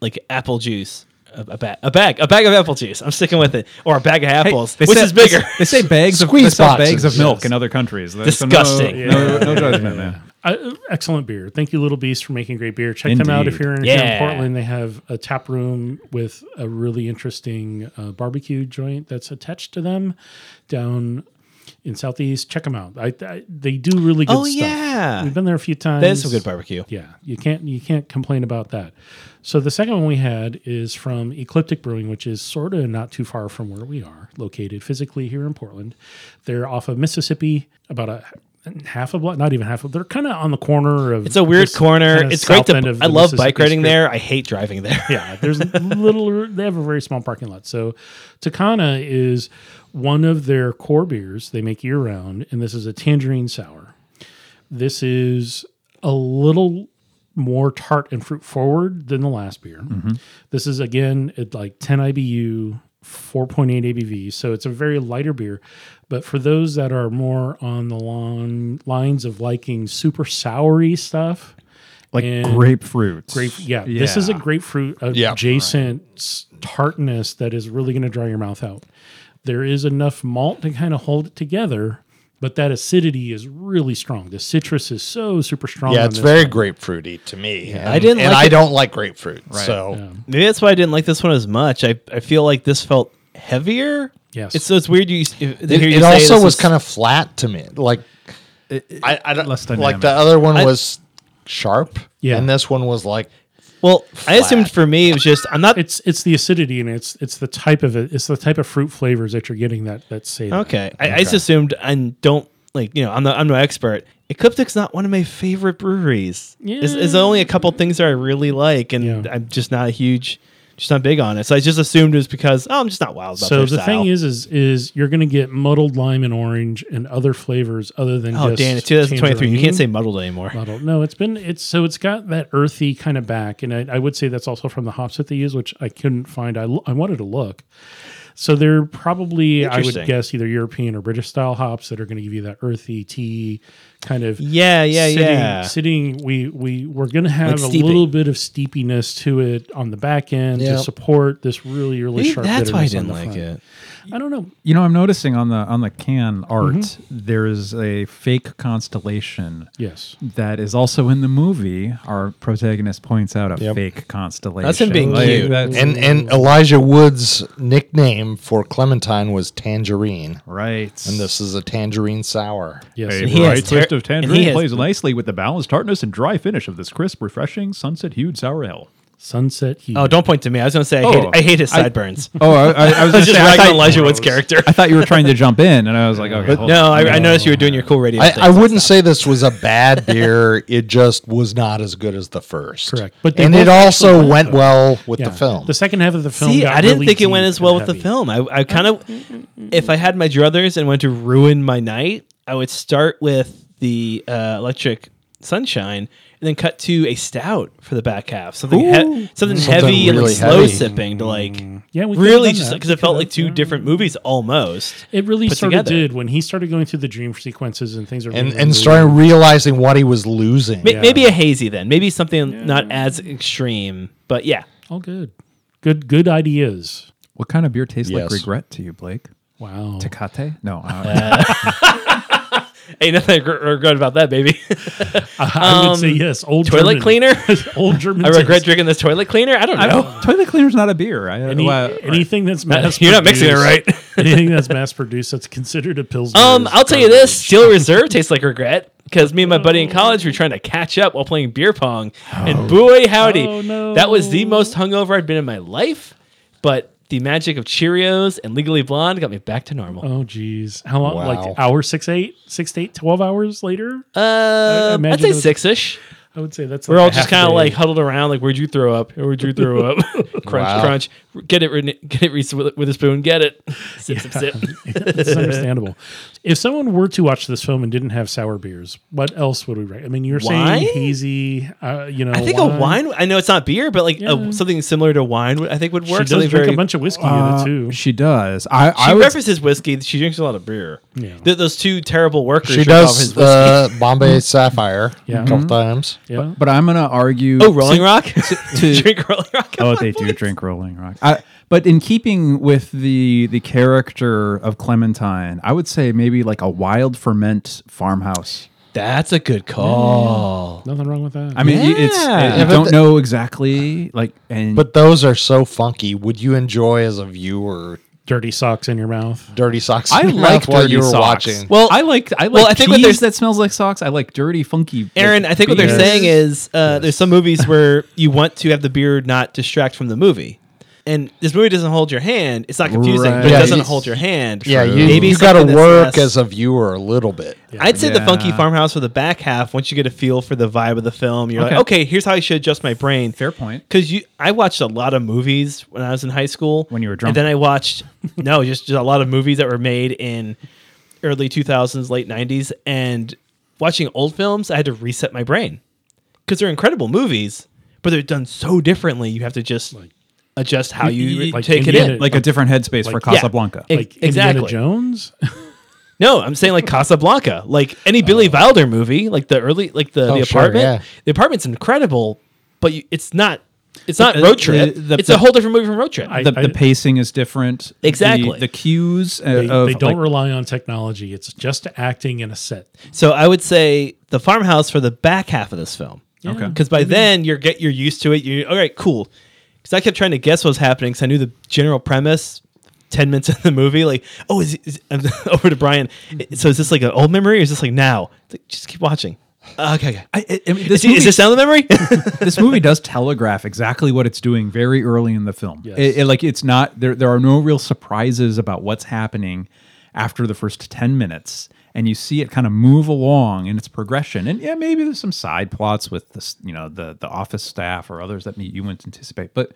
[SPEAKER 3] like apple juice. A, a bag, a bag, a bag of apple juice. I'm sticking with it, or a bag of
[SPEAKER 2] Hey,
[SPEAKER 3] apples,
[SPEAKER 2] they
[SPEAKER 3] which
[SPEAKER 2] say-
[SPEAKER 3] is bigger.
[SPEAKER 2] They say bags of
[SPEAKER 4] Squeeze
[SPEAKER 2] they sell bags
[SPEAKER 4] boxes,
[SPEAKER 2] of milk
[SPEAKER 4] yes.
[SPEAKER 2] in other countries. So no-
[SPEAKER 3] Disgusting.
[SPEAKER 2] No, no judgment, man.
[SPEAKER 1] Uh, excellent beer. Thank you, Little Beast, for making great beer. Check them out if
[SPEAKER 2] Indeed.
[SPEAKER 1] you're in, if you're
[SPEAKER 3] Yeah.
[SPEAKER 1] in Portland. They have a tap room with a really interesting uh, barbecue joint that's attached to them down in Southeast. Check them out. I, I, they do really good
[SPEAKER 3] Oh,
[SPEAKER 1] stuff.
[SPEAKER 3] yeah.
[SPEAKER 1] we've been there a few times.
[SPEAKER 3] That is some good barbecue.
[SPEAKER 1] Yeah, you can't you can't complain about that. So the second one we had is from Ecliptic Brewing, which is sort of not too far from where we are located physically here in Portland. They're off of Mississippi, about a half a block, not even half. A, they're kind of on the corner of.
[SPEAKER 3] It's a weird
[SPEAKER 1] this
[SPEAKER 3] corner.
[SPEAKER 1] kinda
[SPEAKER 3] it's great
[SPEAKER 1] south
[SPEAKER 3] to.
[SPEAKER 1] end of
[SPEAKER 3] I
[SPEAKER 1] the
[SPEAKER 3] love bike
[SPEAKER 1] Mississippi
[SPEAKER 3] riding
[SPEAKER 1] Strip.
[SPEAKER 3] there. I hate driving there.
[SPEAKER 1] Yeah, there's little. They have a very small parking lot. So, Takana is one of their core beers they make year round, and this is a tangerine sour. This is a little more tart and fruit forward than the last beer. This is again at like 10 IBU, 4.8 ABV, so it's a very lighter beer. But for those that are more on the long lines of liking super soury stuff,
[SPEAKER 2] like
[SPEAKER 1] And-
[SPEAKER 2] grapefruit.
[SPEAKER 1] grape. Yeah, this is a grapefruit
[SPEAKER 4] Yeah.
[SPEAKER 1] adjacent s- tartness that is really going to dry your mouth out. There is enough malt to kind of hold it together, but that acidity is really strong. The citrus is so super strong.
[SPEAKER 4] Yeah,
[SPEAKER 1] on
[SPEAKER 4] it's
[SPEAKER 1] this.
[SPEAKER 4] very grapefruity to me. And,
[SPEAKER 3] I didn't
[SPEAKER 4] and
[SPEAKER 3] like
[SPEAKER 4] I
[SPEAKER 3] it-
[SPEAKER 4] don't like grapefruit. So
[SPEAKER 3] Maybe that's why I didn't like this one as much. I, I feel like this felt heavier.
[SPEAKER 1] Yes.
[SPEAKER 3] It's so it's weird. You it,
[SPEAKER 4] it, it also was kind of flat to me. Like I, I don't
[SPEAKER 2] less
[SPEAKER 4] like
[SPEAKER 2] dynamic.
[SPEAKER 4] the other one
[SPEAKER 3] I-
[SPEAKER 4] was sharp.
[SPEAKER 1] Yeah.
[SPEAKER 4] and this one was like
[SPEAKER 3] well. I assumed
[SPEAKER 4] flat.
[SPEAKER 3] for me it was just I'm not
[SPEAKER 1] It's it's the acidity and it's it's the type of it. It's the type of fruit flavors that you're getting that that say that.
[SPEAKER 3] okay. I, I just assumed and don't like you know I'm not I'm no expert. Ecliptic's not one of my favorite breweries. It's, it's
[SPEAKER 1] Yeah.
[SPEAKER 3] only a couple things that I really like, and
[SPEAKER 1] Yeah.
[SPEAKER 3] I'm just not a huge, just not big on it. So I just assumed it was because oh, I'm just not wild about
[SPEAKER 1] So
[SPEAKER 3] their
[SPEAKER 1] the
[SPEAKER 3] style.
[SPEAKER 1] thing is, is is you're going to get muddled lime and orange and other flavors other than
[SPEAKER 3] oh,
[SPEAKER 1] just
[SPEAKER 3] Dan, it's 2023. You
[SPEAKER 1] tangerine.
[SPEAKER 3] can't say muddled anymore.
[SPEAKER 1] Bottle. No, it's been it's so it's got that earthy kind of back, and I, I would say that's also from the hops that they use, which I couldn't find. I l- I wanted to look, so they're probably I would
[SPEAKER 3] Interesting.
[SPEAKER 1] guess either European or British style hops that are going to give you that earthy tea kind of
[SPEAKER 3] Yeah, yeah,
[SPEAKER 1] sitting,
[SPEAKER 3] yeah.
[SPEAKER 1] Sitting, we we we're going to have
[SPEAKER 3] Like
[SPEAKER 1] a little
[SPEAKER 3] steeping.
[SPEAKER 1] bit of steepiness to it on the back end to
[SPEAKER 4] Yep.
[SPEAKER 1] support this really really
[SPEAKER 3] Maybe
[SPEAKER 1] sharp.
[SPEAKER 3] that's why I
[SPEAKER 1] bitterness on
[SPEAKER 3] didn't
[SPEAKER 1] the
[SPEAKER 3] like
[SPEAKER 1] front.
[SPEAKER 3] it.
[SPEAKER 1] I don't know.
[SPEAKER 2] You know, I'm noticing on the on the can art
[SPEAKER 1] Mm-hmm.
[SPEAKER 2] there is a fake constellation
[SPEAKER 1] Yes,
[SPEAKER 2] that is also in the movie. Our protagonist points out a
[SPEAKER 4] Yep.
[SPEAKER 2] fake constellation.
[SPEAKER 3] That's him being cute.
[SPEAKER 2] that's-
[SPEAKER 4] and and Elijah Wood's nickname for Clementine was Tangerine,
[SPEAKER 2] right.
[SPEAKER 4] and this is a tangerine sour.
[SPEAKER 1] yes.
[SPEAKER 2] A
[SPEAKER 1] it
[SPEAKER 3] he
[SPEAKER 1] was.
[SPEAKER 3] has
[SPEAKER 2] bright
[SPEAKER 3] ter-
[SPEAKER 2] twist of
[SPEAKER 3] and he
[SPEAKER 2] tangerine
[SPEAKER 3] has-
[SPEAKER 2] plays nicely with the balanced tartness and dry finish of this crisp, refreshing, sunset-hued sour ale.
[SPEAKER 1] Sunset Heat.
[SPEAKER 3] Oh, don't point to me. I was gonna say I,
[SPEAKER 2] Oh.
[SPEAKER 3] hate, I hate his
[SPEAKER 2] I-
[SPEAKER 3] sideburns.
[SPEAKER 2] Oh, I, I, I was just
[SPEAKER 3] That's just
[SPEAKER 2] saying, I,
[SPEAKER 3] ragging
[SPEAKER 2] thought,
[SPEAKER 3] Elijah Wood's character.
[SPEAKER 2] I thought you were trying to jump in, and I was like, okay, hold on.
[SPEAKER 3] No, I, I noticed you were doing your cool radio.
[SPEAKER 4] I,
[SPEAKER 3] thing.
[SPEAKER 4] I wouldn't say this was a bad beer. It just was not as good as the first.
[SPEAKER 1] Correct. But they
[SPEAKER 4] and
[SPEAKER 1] both
[SPEAKER 4] it also
[SPEAKER 1] actually went,
[SPEAKER 4] went
[SPEAKER 1] though.
[SPEAKER 4] well with
[SPEAKER 1] Yeah.
[SPEAKER 4] the film.
[SPEAKER 1] The second half of the film.
[SPEAKER 3] See,
[SPEAKER 1] got
[SPEAKER 3] I didn't
[SPEAKER 1] really
[SPEAKER 3] think it went
[SPEAKER 1] deep
[SPEAKER 3] as well
[SPEAKER 1] and
[SPEAKER 3] with the
[SPEAKER 1] heavy.
[SPEAKER 3] film. I, I kind of, if I had my druthers and went to ruin my night, I would start with the uh, electric sunshine and then cut to a stout for the back half. Something, he- something, heavy and
[SPEAKER 4] really
[SPEAKER 3] like slow
[SPEAKER 4] heavy.
[SPEAKER 3] sipping to like
[SPEAKER 1] Mm-hmm. Yeah, we could've
[SPEAKER 3] really
[SPEAKER 1] done
[SPEAKER 3] just
[SPEAKER 1] that.
[SPEAKER 3] because
[SPEAKER 1] We
[SPEAKER 3] it felt like
[SPEAKER 1] could've,
[SPEAKER 3] two
[SPEAKER 1] yeah.
[SPEAKER 3] different movies almost.
[SPEAKER 1] It really
[SPEAKER 3] put
[SPEAKER 1] sort of
[SPEAKER 3] together.
[SPEAKER 1] did when he started going through the dream sequences and things. Are
[SPEAKER 4] and
[SPEAKER 1] being
[SPEAKER 4] and
[SPEAKER 1] removed.
[SPEAKER 4] started realizing what he was losing.
[SPEAKER 3] Ma- Maybe a hazy then. Maybe something not as extreme. But yeah,
[SPEAKER 1] all good, good, good ideas.
[SPEAKER 2] What kind of beer tastes like
[SPEAKER 4] Yes.
[SPEAKER 2] regret to you, Blake?
[SPEAKER 1] Wow.
[SPEAKER 2] Tecate? No. uh, I don't-
[SPEAKER 3] ain't nothing I regret about that, baby.
[SPEAKER 1] I would say yes. Old
[SPEAKER 3] toilet
[SPEAKER 1] German-
[SPEAKER 3] cleaner?
[SPEAKER 1] old German.
[SPEAKER 3] I regret
[SPEAKER 1] taste.
[SPEAKER 3] drinking this toilet cleaner. I don't know.
[SPEAKER 2] Toilet cleaner's not a beer. I,
[SPEAKER 1] Any-
[SPEAKER 2] well,
[SPEAKER 1] anything that's mass.
[SPEAKER 3] You're not mixing it
[SPEAKER 1] produced-
[SPEAKER 3] right.
[SPEAKER 1] anything that's mass produced that's considered a pilsner.
[SPEAKER 3] Um,
[SPEAKER 1] is
[SPEAKER 3] I'll tell you this:
[SPEAKER 1] garbage.
[SPEAKER 3] Steel Reserve tastes like regret because me and my buddy in college were trying to catch up while playing beer pong, and boy howdy,
[SPEAKER 1] Oh, no.
[SPEAKER 3] that was the most hungover I'd been in my life. But the magic of Cheerios and Legally Blonde got me back to normal.
[SPEAKER 1] Oh geez, how long?
[SPEAKER 4] Wow.
[SPEAKER 1] Like hour six, eight, six to eight, twelve hours later. I
[SPEAKER 3] Uh,
[SPEAKER 1] imagine
[SPEAKER 3] I'd say
[SPEAKER 1] it was-
[SPEAKER 3] six ish.
[SPEAKER 1] I would say that's.
[SPEAKER 3] We're
[SPEAKER 1] like
[SPEAKER 3] all
[SPEAKER 1] a
[SPEAKER 3] just
[SPEAKER 1] half
[SPEAKER 3] kind of
[SPEAKER 1] day.
[SPEAKER 3] like huddled around, like, "Where'd you throw up? Where'd you throw up? crunch,
[SPEAKER 4] Wow.
[SPEAKER 3] crunch. Get it, Rene- get it, Reese with a spoon. Get it. Sip, sip, sip."
[SPEAKER 1] it's understandable. If someone were to watch this film and didn't have sour beers, what else would we recommend? I mean, you're
[SPEAKER 3] Wine?
[SPEAKER 1] saying hazy, uh, you know.
[SPEAKER 3] I think a wine. I know it's not beer, but like a, something similar to wine, would- I think would
[SPEAKER 1] She
[SPEAKER 3] work.
[SPEAKER 1] does
[SPEAKER 3] something
[SPEAKER 1] drink a bunch of whiskey
[SPEAKER 2] uh,
[SPEAKER 1] in it too.
[SPEAKER 2] she does. I,
[SPEAKER 3] She
[SPEAKER 2] I would
[SPEAKER 3] references whiskey. She drinks a lot of beer.
[SPEAKER 1] Yeah.
[SPEAKER 3] Th- those two terrible workers.
[SPEAKER 4] She
[SPEAKER 3] ripped off his
[SPEAKER 4] does
[SPEAKER 3] whiskey.
[SPEAKER 4] uh, Bombay Sapphire
[SPEAKER 1] Yeah.
[SPEAKER 4] a
[SPEAKER 3] Mm-hmm.
[SPEAKER 4] couple times.
[SPEAKER 1] Yeah.
[SPEAKER 2] But I'm gonna argue.
[SPEAKER 3] oh, Rolling Rock.
[SPEAKER 2] to-
[SPEAKER 3] drink Rolling Rock.
[SPEAKER 2] oh, they do drink Rolling Rock. I, but in keeping with the the character of Clementine, I would say maybe like a wild ferment farmhouse.
[SPEAKER 3] That's a good call.
[SPEAKER 1] Nothing wrong with that.
[SPEAKER 2] I mean, you- it's
[SPEAKER 3] Yeah.
[SPEAKER 2] I
[SPEAKER 4] Yeah, but
[SPEAKER 2] don't
[SPEAKER 4] the-
[SPEAKER 2] know exactly like and
[SPEAKER 4] But those are so funky. Would you enjoy as a viewer
[SPEAKER 1] dirty socks in your mouth.
[SPEAKER 4] Dirty Socks?
[SPEAKER 2] I
[SPEAKER 4] in your
[SPEAKER 2] like
[SPEAKER 4] mouth while
[SPEAKER 2] dirty
[SPEAKER 4] you were
[SPEAKER 2] socks.
[SPEAKER 4] watching.
[SPEAKER 2] Well, I like I like well, I think
[SPEAKER 3] what
[SPEAKER 2] cheese
[SPEAKER 3] there's-
[SPEAKER 2] that smells like socks. I like dirty, funky. like,
[SPEAKER 3] Aaron, I think what
[SPEAKER 2] beers.
[SPEAKER 3] they're saying is uh, there's some movies where you want to have the beer not distract from the movie. and this movie doesn't hold your hand. It's not confusing, but
[SPEAKER 2] Right.
[SPEAKER 3] it
[SPEAKER 4] Yeah,
[SPEAKER 3] doesn't
[SPEAKER 4] it's-
[SPEAKER 3] hold your hand.
[SPEAKER 4] Yeah, you,
[SPEAKER 3] Maybe
[SPEAKER 4] you got to
[SPEAKER 3] something that's
[SPEAKER 4] work
[SPEAKER 3] less-
[SPEAKER 4] as a viewer a little bit.
[SPEAKER 3] I'd say the funky
[SPEAKER 2] Yeah.
[SPEAKER 3] farmhouse for the back half. Once you get a feel for the vibe of the film, you're
[SPEAKER 2] Okay.
[SPEAKER 3] like, okay, here's how I should adjust my brain.
[SPEAKER 2] Fair point.
[SPEAKER 3] Because you, I watched a lot of movies when I was in high school.
[SPEAKER 2] When you were drunk.
[SPEAKER 3] and then I watched no, just, just a lot of movies that were made in early 2000s, late 90s, and watching old films, I had to reset my brain because they're incredible movies, but they're done so differently. You have to just adjust how you,
[SPEAKER 2] y-
[SPEAKER 1] like
[SPEAKER 3] take it
[SPEAKER 1] Indiana-
[SPEAKER 3] in.
[SPEAKER 2] Like a different headspace for
[SPEAKER 1] Like-
[SPEAKER 2] Casablanca.
[SPEAKER 3] Yeah.
[SPEAKER 1] Like
[SPEAKER 3] exactly.
[SPEAKER 1] Indiana Jones.
[SPEAKER 3] No, I'm saying like Casablanca, like any Billy Wilder movie, like the early, like the,
[SPEAKER 4] Oh,
[SPEAKER 3] the
[SPEAKER 4] sure,
[SPEAKER 3] apartment.
[SPEAKER 4] yeah.
[SPEAKER 3] The apartment's incredible, but you, it's not. It's not
[SPEAKER 2] the-
[SPEAKER 3] road trip.
[SPEAKER 2] the-
[SPEAKER 3] it's
[SPEAKER 2] the-
[SPEAKER 3] a whole different movie from road trip.
[SPEAKER 1] I-
[SPEAKER 2] the, the pacing is different. The-
[SPEAKER 3] Exactly.
[SPEAKER 2] The, cues uh,
[SPEAKER 1] They,
[SPEAKER 2] of
[SPEAKER 1] they don't
[SPEAKER 2] like,
[SPEAKER 1] rely on technology. It's just acting in a set.
[SPEAKER 3] so I would say the farmhouse for the back half of this film.
[SPEAKER 2] Okay.
[SPEAKER 3] Because by then you're get you're used to it. You all right, cool. Because I kept trying to guess what was happening because I knew the general premise. Ten minutes in the movie, like, oh, is, is over to Brian. So is this like an old memory, or is this like now? It's like, just keep watching. Okay, okay.
[SPEAKER 2] I, I- I mean,
[SPEAKER 3] Is,
[SPEAKER 2] this,
[SPEAKER 3] he,
[SPEAKER 2] movie,
[SPEAKER 3] is this down the memory?
[SPEAKER 2] this movie does telegraph exactly what it's doing very early in the film.
[SPEAKER 1] Yes.
[SPEAKER 2] It- it- like it's not there. There are no real surprises about what's happening after the first ten minutes, and you see it kind of move along in its progression. And yeah, maybe there's some side plots with this, you know, the the office staff or others that may- you wouldn't anticipate, but.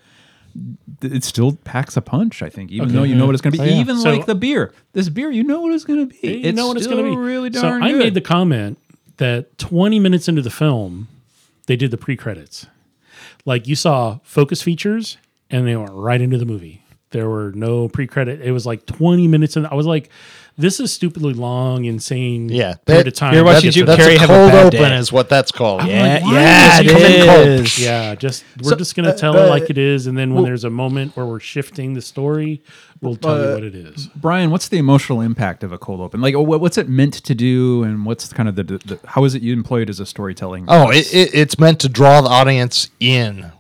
[SPEAKER 2] th- It still packs a punch, I think, even though you know what it's going to be.
[SPEAKER 4] yeah.
[SPEAKER 2] Even
[SPEAKER 1] So-
[SPEAKER 2] like the beer, this beer, you know what it's going to be.
[SPEAKER 1] You know what it's going to
[SPEAKER 2] still
[SPEAKER 1] be.
[SPEAKER 2] Really
[SPEAKER 1] so
[SPEAKER 2] darn
[SPEAKER 1] I
[SPEAKER 2] good.
[SPEAKER 1] made the comment that 20 minutes into the film, they did the pre credits. Like you saw focus features, and they went right into the movie. There were no pre credit. It was like 20 minutes, and I was like, "This is stupidly long, insane."
[SPEAKER 4] Yeah,
[SPEAKER 1] period of time.
[SPEAKER 3] you're watching
[SPEAKER 4] that's,
[SPEAKER 3] Jim
[SPEAKER 4] that's
[SPEAKER 3] Carrey
[SPEAKER 4] a
[SPEAKER 3] have a
[SPEAKER 4] cold
[SPEAKER 3] bad
[SPEAKER 4] open
[SPEAKER 3] day.
[SPEAKER 4] is what that's called.
[SPEAKER 3] Yeah,
[SPEAKER 2] why
[SPEAKER 3] yeah,
[SPEAKER 4] is
[SPEAKER 3] it
[SPEAKER 4] this even cold?
[SPEAKER 3] is.
[SPEAKER 1] Yeah, just we're just
[SPEAKER 4] uh,
[SPEAKER 1] gonna tell it like it is, and then when there's a moment where we're shifting the story, we'll tell
[SPEAKER 4] uh,
[SPEAKER 1] you what it is.
[SPEAKER 2] Brian, what's the emotional impact of a cold open? Like, wh- what's it meant to do, and what's kind of the, the, the how is it you employed as a storytelling?
[SPEAKER 4] Oh, it, it, it's meant to draw the audience in.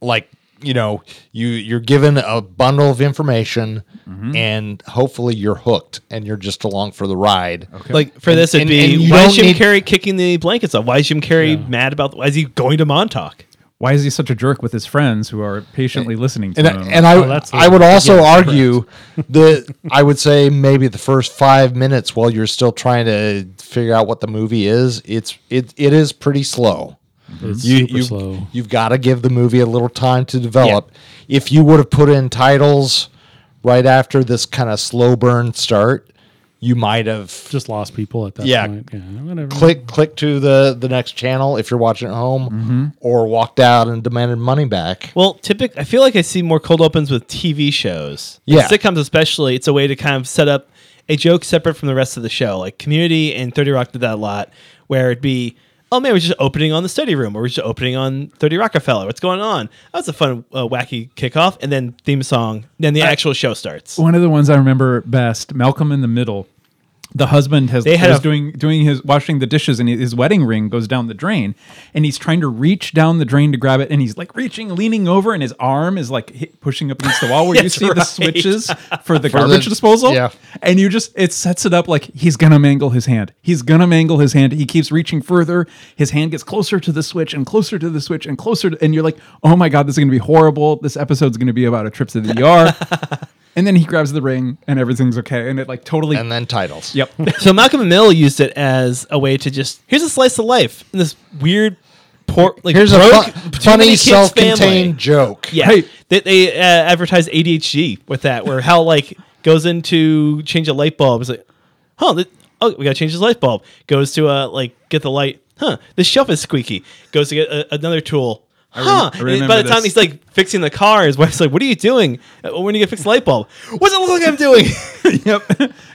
[SPEAKER 4] Like you know, you you're given a bundle of information, and hopefully you're hooked, and you're just along for the ride. Okay.
[SPEAKER 3] Like for
[SPEAKER 4] And-
[SPEAKER 3] this, it'd
[SPEAKER 4] and-
[SPEAKER 3] be
[SPEAKER 4] and you
[SPEAKER 3] why is
[SPEAKER 4] don't
[SPEAKER 3] Jim
[SPEAKER 4] need-
[SPEAKER 3] Carrey kicking the blankets off? Why is Jim Carrey mad about? Why is he going to Montauk?
[SPEAKER 2] Why is he such a jerk with his friends who are patiently listening to
[SPEAKER 4] And,
[SPEAKER 2] him?
[SPEAKER 4] I- and I,
[SPEAKER 1] that's
[SPEAKER 4] I would also argue the I would say maybe the first five minutes while you're still trying to figure out what the movie is, it's it it is pretty slow.
[SPEAKER 1] It's super
[SPEAKER 4] you,
[SPEAKER 1] slow.
[SPEAKER 4] You've got to give the movie a little time to develop. If you would have put in titles right after this kind of slow burn start, you might have
[SPEAKER 1] Just lost people at that
[SPEAKER 4] Yeah.
[SPEAKER 1] point. Yeah, whatever.
[SPEAKER 4] click click to the the next channel if you're watching at home, or walked out and demanded money back.
[SPEAKER 3] Well, typic I feel like I see more cold opens with TV shows. Like
[SPEAKER 4] Yeah.
[SPEAKER 3] sitcoms especially. It's a way to kind of set up a joke separate from the rest of the show. Like Community and Thirty Rock did that a lot, where it'd be, "Oh man, we're just opening on the study room, or we're just opening on Thirty Rockefeller. What's going on?" That was a fun, uh, wacky kickoff, and then theme song. Then the actual show starts.
[SPEAKER 2] One of the ones I remember best, Malcolm in the Middle. The husband has
[SPEAKER 3] They had
[SPEAKER 2] is
[SPEAKER 3] a-
[SPEAKER 2] doing doing his washing the dishes, and his wedding ring goes down the drain, and he's trying to reach down the drain to grab it, and he's like reaching, leaning over, and his arm is like hit, pushing up against the wall where you
[SPEAKER 3] That's
[SPEAKER 2] see the
[SPEAKER 3] right.
[SPEAKER 2] switches for the garbage
[SPEAKER 4] the-
[SPEAKER 2] disposal.
[SPEAKER 4] yeah.
[SPEAKER 2] and you just it sets it up like he's gonna mangle his hand. He's gonna mangle his hand. He keeps reaching further. His hand gets closer to the switch and closer to the switch and closer. To, and you're like, oh my god, this is gonna be horrible. This episode's gonna be about a trip to the ER. and then he grabs the ring and everything's okay. And it like totally.
[SPEAKER 4] And then titles.
[SPEAKER 2] yep.
[SPEAKER 3] So Malcolm and Mill used it as a way to just here's a slice of life in this weird, poor like
[SPEAKER 4] Here's
[SPEAKER 3] broke,
[SPEAKER 4] a fu-
[SPEAKER 3] too many
[SPEAKER 4] funny
[SPEAKER 3] kids
[SPEAKER 4] self-contained
[SPEAKER 3] family.
[SPEAKER 4] joke.
[SPEAKER 3] Yeah,
[SPEAKER 2] Hey.
[SPEAKER 3] they, they uh, advertise ADHD with that, where Hal like goes in to change a light bulb. It's like, huh? Th- oh, we gotta change this light bulb. Goes to uh like get the light. Huh? This shelf is squeaky. Goes to get a, another tool.
[SPEAKER 2] rem-
[SPEAKER 3] Huh?
[SPEAKER 2] I
[SPEAKER 3] And
[SPEAKER 2] remember
[SPEAKER 3] by the time
[SPEAKER 2] this.
[SPEAKER 3] he's like fixing the car, his wife's like, "What are you doing? Uh, When do you get fixed the light bulb? What's it look like I'm doing?"
[SPEAKER 2] yep.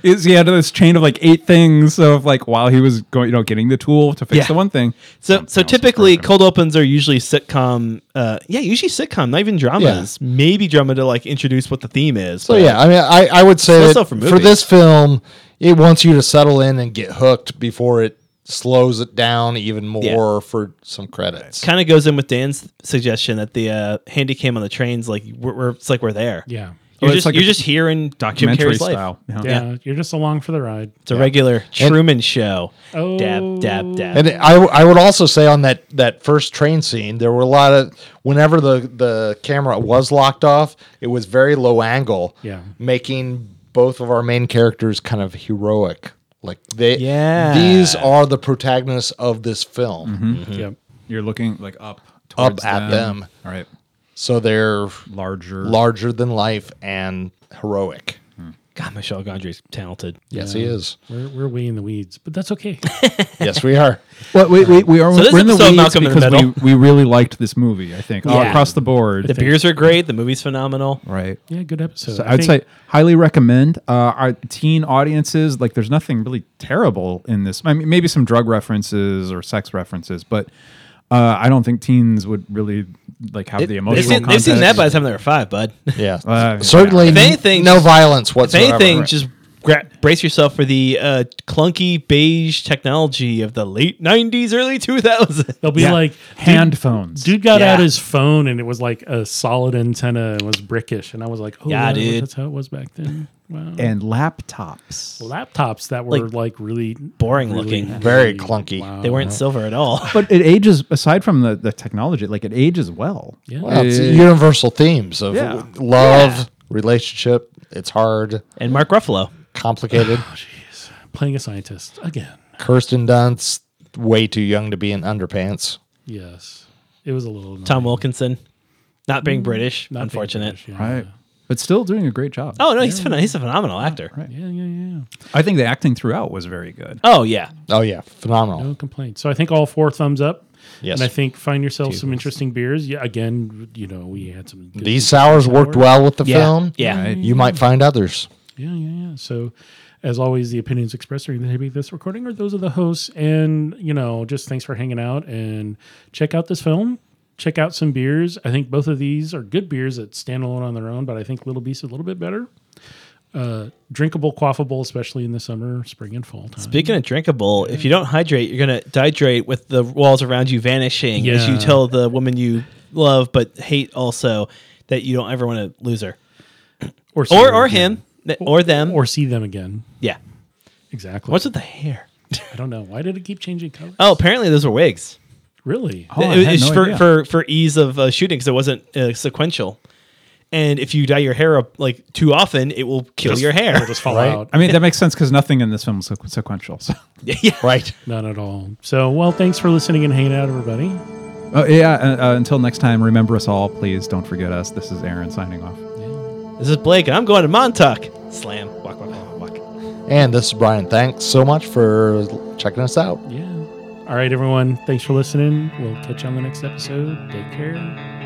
[SPEAKER 2] Is he had this chain of like eight things of like while he was going, you know, getting the tool to fix
[SPEAKER 3] Yeah.
[SPEAKER 2] the one thing.
[SPEAKER 3] So,
[SPEAKER 2] Something
[SPEAKER 3] so
[SPEAKER 2] else was
[SPEAKER 3] typically,
[SPEAKER 2] broken.
[SPEAKER 3] cold opens are usually sitcom. Uh, yeah, usually sitcom, not even dramas. Maybe drama to like introduce what the theme is.
[SPEAKER 4] So yeah, I mean, I, I would say
[SPEAKER 3] Slow
[SPEAKER 4] that
[SPEAKER 3] stuff for
[SPEAKER 4] for,
[SPEAKER 3] movies.
[SPEAKER 4] this film, it wants you to settle in and get hooked before it slows it down even more
[SPEAKER 3] Yeah.
[SPEAKER 4] for some credits.
[SPEAKER 3] kind of goes in with Dan's suggestion that the uh, handy cam on the trains, like we're, we're it's like we're there.
[SPEAKER 1] yeah,
[SPEAKER 3] You're
[SPEAKER 2] Oh, it's
[SPEAKER 3] just
[SPEAKER 2] like a
[SPEAKER 3] you're just here in Jim
[SPEAKER 2] documentary
[SPEAKER 3] Carrey's life.
[SPEAKER 2] style. Yeah.
[SPEAKER 1] Uh, Yeah, you're just along for the ride.
[SPEAKER 3] It's a regular Truman Show.
[SPEAKER 1] Oh.
[SPEAKER 3] Dab dab dab.
[SPEAKER 4] And I, I would also say on that that first train scene, there were a lot of whenever the the camera was locked off, it was very low angle.
[SPEAKER 1] Yeah.
[SPEAKER 4] making both of our main characters kind of heroic. Like they,
[SPEAKER 3] Yeah. Mm-hmm.
[SPEAKER 4] these are the protagonists of this film.
[SPEAKER 1] Yep.
[SPEAKER 2] You're looking like up towards
[SPEAKER 4] at
[SPEAKER 2] them.
[SPEAKER 4] them.
[SPEAKER 2] All right.
[SPEAKER 4] So they're
[SPEAKER 2] Larger.
[SPEAKER 4] larger than life and heroic.
[SPEAKER 3] God, Michelle Gondry's talented.
[SPEAKER 4] Yes, he is.
[SPEAKER 1] We're, we're way in the weeds, but that's okay.
[SPEAKER 4] Yes, we are.
[SPEAKER 2] Well, we, we, we are
[SPEAKER 3] So this
[SPEAKER 2] we're in the
[SPEAKER 3] episode,
[SPEAKER 2] weeds
[SPEAKER 3] Malcolm in the
[SPEAKER 2] because
[SPEAKER 3] Middle.
[SPEAKER 2] we, we really liked this movie, I think, all
[SPEAKER 3] Yeah.
[SPEAKER 2] across the board.
[SPEAKER 3] The beers are great. The movie's phenomenal.
[SPEAKER 2] right.
[SPEAKER 1] yeah, good episode.
[SPEAKER 2] So
[SPEAKER 1] I
[SPEAKER 2] I would
[SPEAKER 1] think-
[SPEAKER 2] say highly recommend. Uh, our teen audiences, like, there's nothing really terrible in this. I mean, maybe some drug references or sex references, but uh, I don't think teens would really like have the
[SPEAKER 3] They've
[SPEAKER 2] emotional.
[SPEAKER 3] seen, they've seen that
[SPEAKER 2] context.
[SPEAKER 3] by the time they were five, bud. If
[SPEAKER 4] Yeah,
[SPEAKER 2] Uh,
[SPEAKER 4] certainly.
[SPEAKER 3] If
[SPEAKER 4] n-
[SPEAKER 3] anything-
[SPEAKER 4] no violence whatsoever.
[SPEAKER 3] anything, just gra- brace yourself for the uh, clunky beige technology of the late '90s, early 2000s.
[SPEAKER 1] They'll be
[SPEAKER 2] Yeah.
[SPEAKER 1] like,
[SPEAKER 2] hand phones.
[SPEAKER 1] dude got
[SPEAKER 3] Yeah.
[SPEAKER 1] out his phone and it was like a solid antenna and was brickish. And I was like, oh,
[SPEAKER 3] Yeah,
[SPEAKER 1] yeah,
[SPEAKER 3] dude.
[SPEAKER 1] that's how it was back then. Wow.
[SPEAKER 2] and laptops.
[SPEAKER 1] Laptops that were
[SPEAKER 3] Like,
[SPEAKER 1] like, really
[SPEAKER 3] boring
[SPEAKER 1] really
[SPEAKER 3] looking. uh-huh.
[SPEAKER 1] heavy.
[SPEAKER 4] Very clunky.
[SPEAKER 1] Wow.
[SPEAKER 3] They weren't silver at all.
[SPEAKER 2] But it ages aside from the, the technology, like it ages well.
[SPEAKER 1] Yeah.
[SPEAKER 4] Well, it's
[SPEAKER 2] It-
[SPEAKER 4] universal themes of
[SPEAKER 2] Yeah.
[SPEAKER 4] love,
[SPEAKER 3] Eh. Yeah.
[SPEAKER 4] relationship. It's hard,
[SPEAKER 3] And Mark Ruffalo.
[SPEAKER 4] complicated.
[SPEAKER 1] playing a scientist again.
[SPEAKER 4] Kirsten Dunst, way too young to be in underpants.
[SPEAKER 1] Yes, it was a little annoying.
[SPEAKER 3] Tom Wilkinson, not being British,
[SPEAKER 1] Mm, Not being
[SPEAKER 3] unfortunate.
[SPEAKER 1] British, yeah.
[SPEAKER 2] Right. But still doing a great job.
[SPEAKER 3] Oh no, he's phen- he's a phenomenal actor.
[SPEAKER 1] Yeah, yeah, yeah.
[SPEAKER 2] I think the acting throughout was very good.
[SPEAKER 3] Oh yeah,
[SPEAKER 4] Oh yeah, phenomenal.
[SPEAKER 1] No complaints. So I think all four thumbs up.
[SPEAKER 4] Yes.
[SPEAKER 1] And I think find yourself some interesting beers. Yeah, again, you know, we had some good
[SPEAKER 4] These sours worked well with the
[SPEAKER 3] Yeah.
[SPEAKER 4] film.
[SPEAKER 3] Yeah. Right.
[SPEAKER 4] you might find others.
[SPEAKER 1] Yeah, yeah, yeah. So, as always, the opinions expressed during the taping of this recording are those of the hosts. And, you know, just thanks for hanging out and check out this film. Check out some beers. I think both of these are good beers that stand alone on their own, but I think Little Beast is a little bit better. Uh, drinkable, quaffable, especially in the summer, spring, and fall time.
[SPEAKER 3] Speaking of drinkable, if you don't hydrate, you're gonna dehydrate with the walls around you vanishing as you
[SPEAKER 1] Yeah.
[SPEAKER 3] tell the woman you love but hate also that you don't ever want to lose her
[SPEAKER 1] see
[SPEAKER 3] or
[SPEAKER 1] them
[SPEAKER 3] or
[SPEAKER 1] again.
[SPEAKER 3] him th- or them or
[SPEAKER 1] Or see them again.
[SPEAKER 3] yeah.
[SPEAKER 1] Exactly.
[SPEAKER 3] What's with the hair?
[SPEAKER 1] I don't know. Why did it keep changing colors?
[SPEAKER 3] Oh, apparently those were wigs.
[SPEAKER 1] really?
[SPEAKER 2] Oh, I
[SPEAKER 3] It-
[SPEAKER 2] had
[SPEAKER 3] it's
[SPEAKER 2] no
[SPEAKER 3] for,
[SPEAKER 2] idea.
[SPEAKER 3] for for ease of uh, shooting because it wasn't uh, sequential. And if you dye your hair up like too often, it will kill your hair.
[SPEAKER 1] Just fall
[SPEAKER 4] Right.
[SPEAKER 1] out.
[SPEAKER 2] I mean, that makes sense because nothing in this film was sequ- sequential. So.
[SPEAKER 3] yeah.
[SPEAKER 4] Right.
[SPEAKER 1] Not at all. So, well, thanks for listening and hanging out, everybody.
[SPEAKER 2] Oh, yeah. Uh, uh, until next time, remember us all. Please don't forget us. This is Aaron signing off.
[SPEAKER 3] This is Blake, and I'm going to Montauk. Slam. Walk, walk, walk, walk.
[SPEAKER 4] And this is Brian. Thanks so much for checking us out.
[SPEAKER 1] Yeah. All right, everyone. Thanks for listening. We'll catch you on the next episode. Take care.